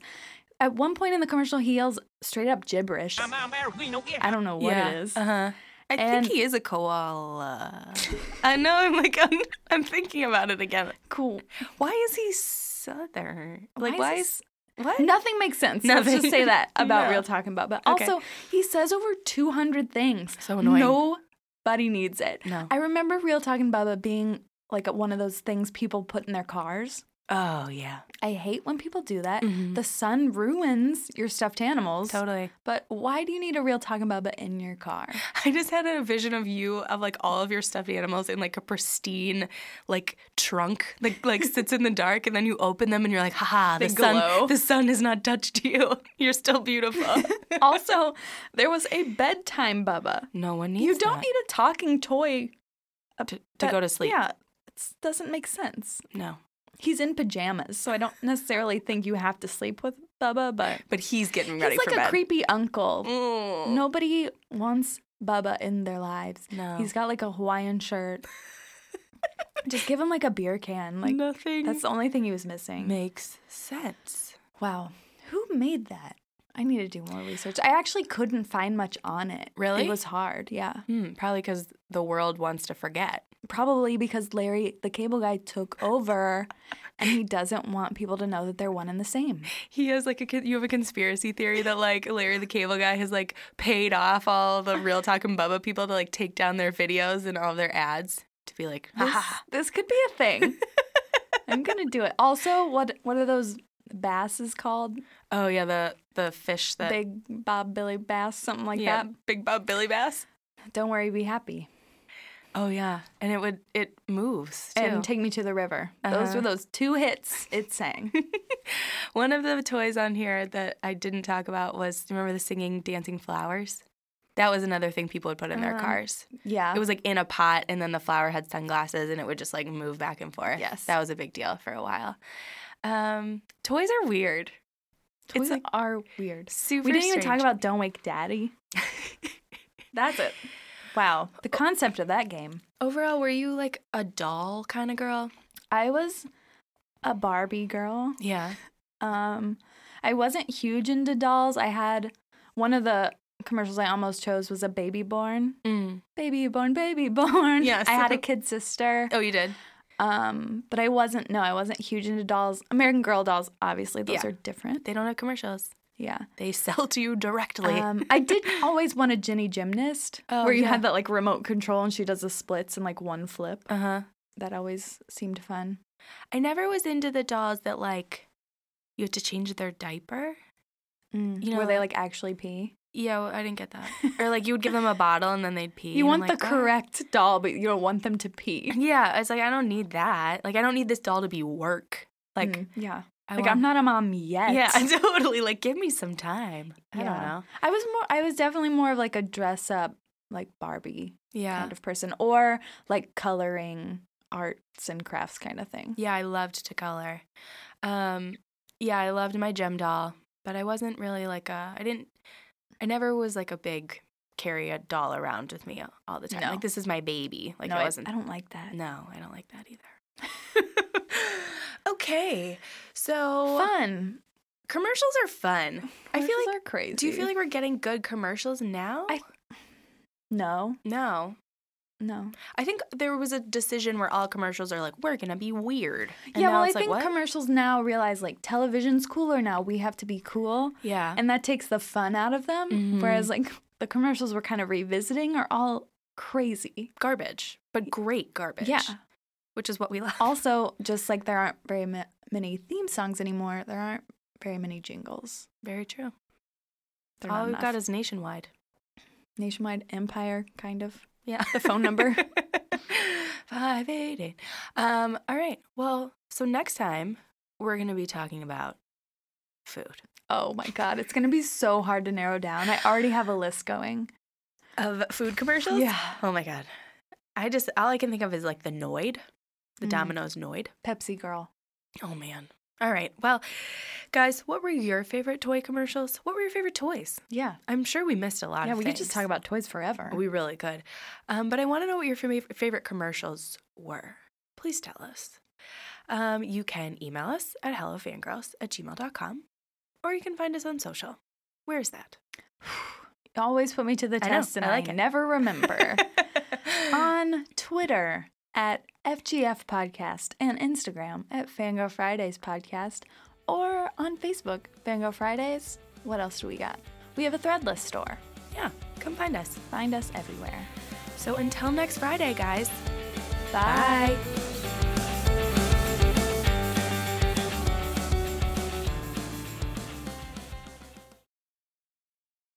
Speaker 1: At one point in the commercial, he yells straight up gibberish.
Speaker 8: I'm out there, we know yeah.
Speaker 1: I don't know what it is.
Speaker 2: Uh huh. I
Speaker 1: And-
Speaker 2: think he is a koala. I know. I'm like, I'm, I'm thinking about it again.
Speaker 1: Cool.
Speaker 2: Why is he southern? Like, why is, what?
Speaker 1: Nothing makes sense.
Speaker 2: Nothing.
Speaker 1: Let's just say that about
Speaker 2: No.
Speaker 1: real talking about. But
Speaker 2: Okay.
Speaker 1: also, he says over 200 things.
Speaker 2: So annoying.
Speaker 1: Nobody needs it.
Speaker 2: No.
Speaker 1: I remember real talking Bubba being like one of those things people put in their cars.
Speaker 2: Oh yeah,
Speaker 1: I hate when people do that. The sun ruins your stuffed animals.
Speaker 2: Mm-hmm. totally.
Speaker 1: But why do you need a real talking Bubba in your car?
Speaker 2: I just had a vision of you of like all of your stuffed animals in like a pristine like trunk that like sits in the dark and then you open them and you're like, haha, the
Speaker 1: They
Speaker 2: sun
Speaker 1: glow.
Speaker 2: the sun has not touched you. You're still beautiful.
Speaker 1: also, there was a bedtime Bubba.
Speaker 2: no one needs
Speaker 1: You don't
Speaker 2: that
Speaker 1: need a talking toy
Speaker 2: to, to
Speaker 1: that-
Speaker 2: go to sleep.
Speaker 1: Yeah, it doesn't make sense.
Speaker 2: No.
Speaker 1: he's in pajamas, so I don't necessarily think you have to sleep with Bubba, but
Speaker 2: But he's getting ready
Speaker 1: he's like
Speaker 2: for
Speaker 1: a
Speaker 2: bed.
Speaker 1: creepy uncle.
Speaker 2: Mm.
Speaker 1: Nobody wants Bubba in their lives.
Speaker 2: No.
Speaker 1: He's got like a Hawaiian shirt. Just give him like a beer can. Like
Speaker 2: Nothing
Speaker 1: that's the only thing he was missing.
Speaker 2: makes sense.
Speaker 1: Wow. Who made that? I need to do more research. I actually couldn't find much on it.
Speaker 2: Really?
Speaker 1: It was hard, yeah.
Speaker 2: Hmm, probably because the world wants to forget.
Speaker 1: Probably because Larry, the cable guy, took over and he doesn't want people to know that they're one and the same.
Speaker 2: He has like a con- you have a conspiracy theory that like Larry the Cable Guy has like paid off all the Real Talk and Bubba people to like take down their videos and all their ads to be like, ha
Speaker 1: This,
Speaker 2: ha.
Speaker 1: this could be a thing. I'm going to do it. Also, what what are those basses called?
Speaker 2: Oh yeah, the the fish that
Speaker 1: Big Bob Billy Bass, something like
Speaker 2: yeah,
Speaker 1: that.
Speaker 2: Big Bob Billy Bass.
Speaker 1: Don't worry, be happy.
Speaker 2: Oh yeah, and it would it moves too.
Speaker 1: And Take Me to the River. Those
Speaker 2: Uh-huh.
Speaker 1: were those two hits it sang.
Speaker 2: One of the toys on here that I didn't talk about was do you remember the singing dancing flowers? That was another thing people would put in their
Speaker 1: Um,
Speaker 2: cars.
Speaker 1: yeah.
Speaker 2: It was like in a pot, and then the flower had sunglasses, and it would just like move back and forth.
Speaker 1: Yes.
Speaker 2: that was a big deal for a while. Um, toys are weird.
Speaker 1: Toys
Speaker 2: it's
Speaker 1: are weird.
Speaker 2: super.
Speaker 1: we didn't even talk
Speaker 2: strange.
Speaker 1: about Don't Wake Daddy. That's it. Wow. The
Speaker 2: Oh.
Speaker 1: concept of that game.
Speaker 2: Overall, were you like a doll kind of girl?
Speaker 1: I was a Barbie girl.
Speaker 2: Yeah.
Speaker 1: Um, I wasn't huge into dolls. I had one of the commercials I almost chose was a baby born.
Speaker 2: Mm.
Speaker 1: Baby born, baby born.
Speaker 2: Yes.
Speaker 1: I had a kid sister.
Speaker 2: Oh, you did.
Speaker 1: Um, but I wasn't no, I wasn't huge into dolls. American Girl dolls, obviously, those
Speaker 2: Yeah.
Speaker 1: are different.
Speaker 2: They don't have commercials.
Speaker 1: Yeah.
Speaker 2: They sell to you directly.
Speaker 1: Um, I did always want a Ginny gymnast
Speaker 2: Oh,
Speaker 1: where you
Speaker 2: yeah.
Speaker 1: had that like remote control and she does the splits and like one flip.
Speaker 2: uh huh.
Speaker 1: That always seemed fun.
Speaker 2: I never was into the dolls that like you had to change their diaper.
Speaker 1: Mm.
Speaker 2: You
Speaker 1: where they
Speaker 2: know-
Speaker 1: like actually pee.
Speaker 2: Yeah, well, I didn't get that. or like you would give them a bottle and then they'd pee.
Speaker 1: You
Speaker 2: and
Speaker 1: want
Speaker 2: I'm
Speaker 1: the
Speaker 2: like, "What?"
Speaker 1: correct doll, but you don't want them to pee.
Speaker 2: Yeah, it's like I don't need that. Like I don't need this doll to be work. Like
Speaker 1: Mm, yeah.
Speaker 2: I
Speaker 1: like
Speaker 2: want-
Speaker 1: I'm not a mom yet.
Speaker 2: Yeah, totally. Like give me some time. I don't
Speaker 1: Yeah.
Speaker 2: know.
Speaker 1: I was more. I was definitely more of like a dress up, like Barbie
Speaker 2: Yeah.
Speaker 1: kind of person, or like coloring arts and crafts kind of thing.
Speaker 2: Yeah, I loved to color. Um, yeah, I loved my gem doll, but I wasn't really like a. I didn't. I never was like a big carry a doll around with me all the time.
Speaker 1: No.
Speaker 2: Like this is my baby. Like
Speaker 1: no,
Speaker 2: I
Speaker 1: I,
Speaker 2: wasn't.
Speaker 1: I don't like that.
Speaker 2: no, I don't like that either. okay, so
Speaker 1: Fun.
Speaker 2: commercials are fun. I feel
Speaker 1: Commercials
Speaker 2: like.
Speaker 1: are crazy.
Speaker 2: Do you feel like we're getting good commercials now?
Speaker 1: I- no,
Speaker 2: no.
Speaker 1: no.
Speaker 2: I think there was a decision where all commercials are like, we're gonna be weird. And
Speaker 1: yeah,
Speaker 2: now
Speaker 1: well, I
Speaker 2: it's like,
Speaker 1: think
Speaker 2: what?
Speaker 1: commercials now realize like television's cooler now. We have to be cool,
Speaker 2: yeah.
Speaker 1: and that takes the fun out of them.
Speaker 2: Mhm.
Speaker 1: Whereas like the commercials we're kind of revisiting are all crazy.
Speaker 2: garbage, but great garbage.
Speaker 1: Yeah.
Speaker 2: Which is what we love.
Speaker 1: Also, just like there aren't very ma- many theme songs anymore, there aren't very many jingles.
Speaker 2: Very true.
Speaker 1: They're
Speaker 2: All
Speaker 1: not
Speaker 2: we've got
Speaker 1: enough.
Speaker 2: is nationwide.
Speaker 1: Nationwide Empire, kind of.
Speaker 2: Yeah.
Speaker 1: The phone number.
Speaker 2: 588. Um, all right. Well, so next time we're going to be talking about food.
Speaker 1: Oh my God, it's going to be so hard to narrow down. I already have a list going.
Speaker 2: Of food commercials? Yeah. Oh my God. I just, all I can think of is like the Noid, the
Speaker 1: Mm.
Speaker 2: Domino's Noid.
Speaker 1: Pepsi Girl.
Speaker 2: Oh man. All right. Well, guys, what were your favorite toy commercials? What were your favorite toys?
Speaker 1: Yeah.
Speaker 2: I'm sure we missed a lot
Speaker 1: Yeah,
Speaker 2: of
Speaker 1: we could
Speaker 2: things.
Speaker 1: just talk about toys forever.
Speaker 2: We really could. Um, but I want to know what your fami- favorite commercials were. Please tell us. Um, you can email us at hellofangirls at gmail.com or you can find us on social. Where is that?
Speaker 1: You always put me to the
Speaker 2: I know,
Speaker 1: test, and
Speaker 2: I
Speaker 1: I,
Speaker 2: like it.
Speaker 1: never remember. On Twitter at FGF Podcast and Instagram at Fangirl Fridays Podcast or on Facebook, Fangirl Fridays. What else do we got? We have a Threadless store.
Speaker 2: yeah, come find us.
Speaker 1: Find us everywhere.
Speaker 2: So until next Friday, guys.
Speaker 1: Bye.
Speaker 2: Bye.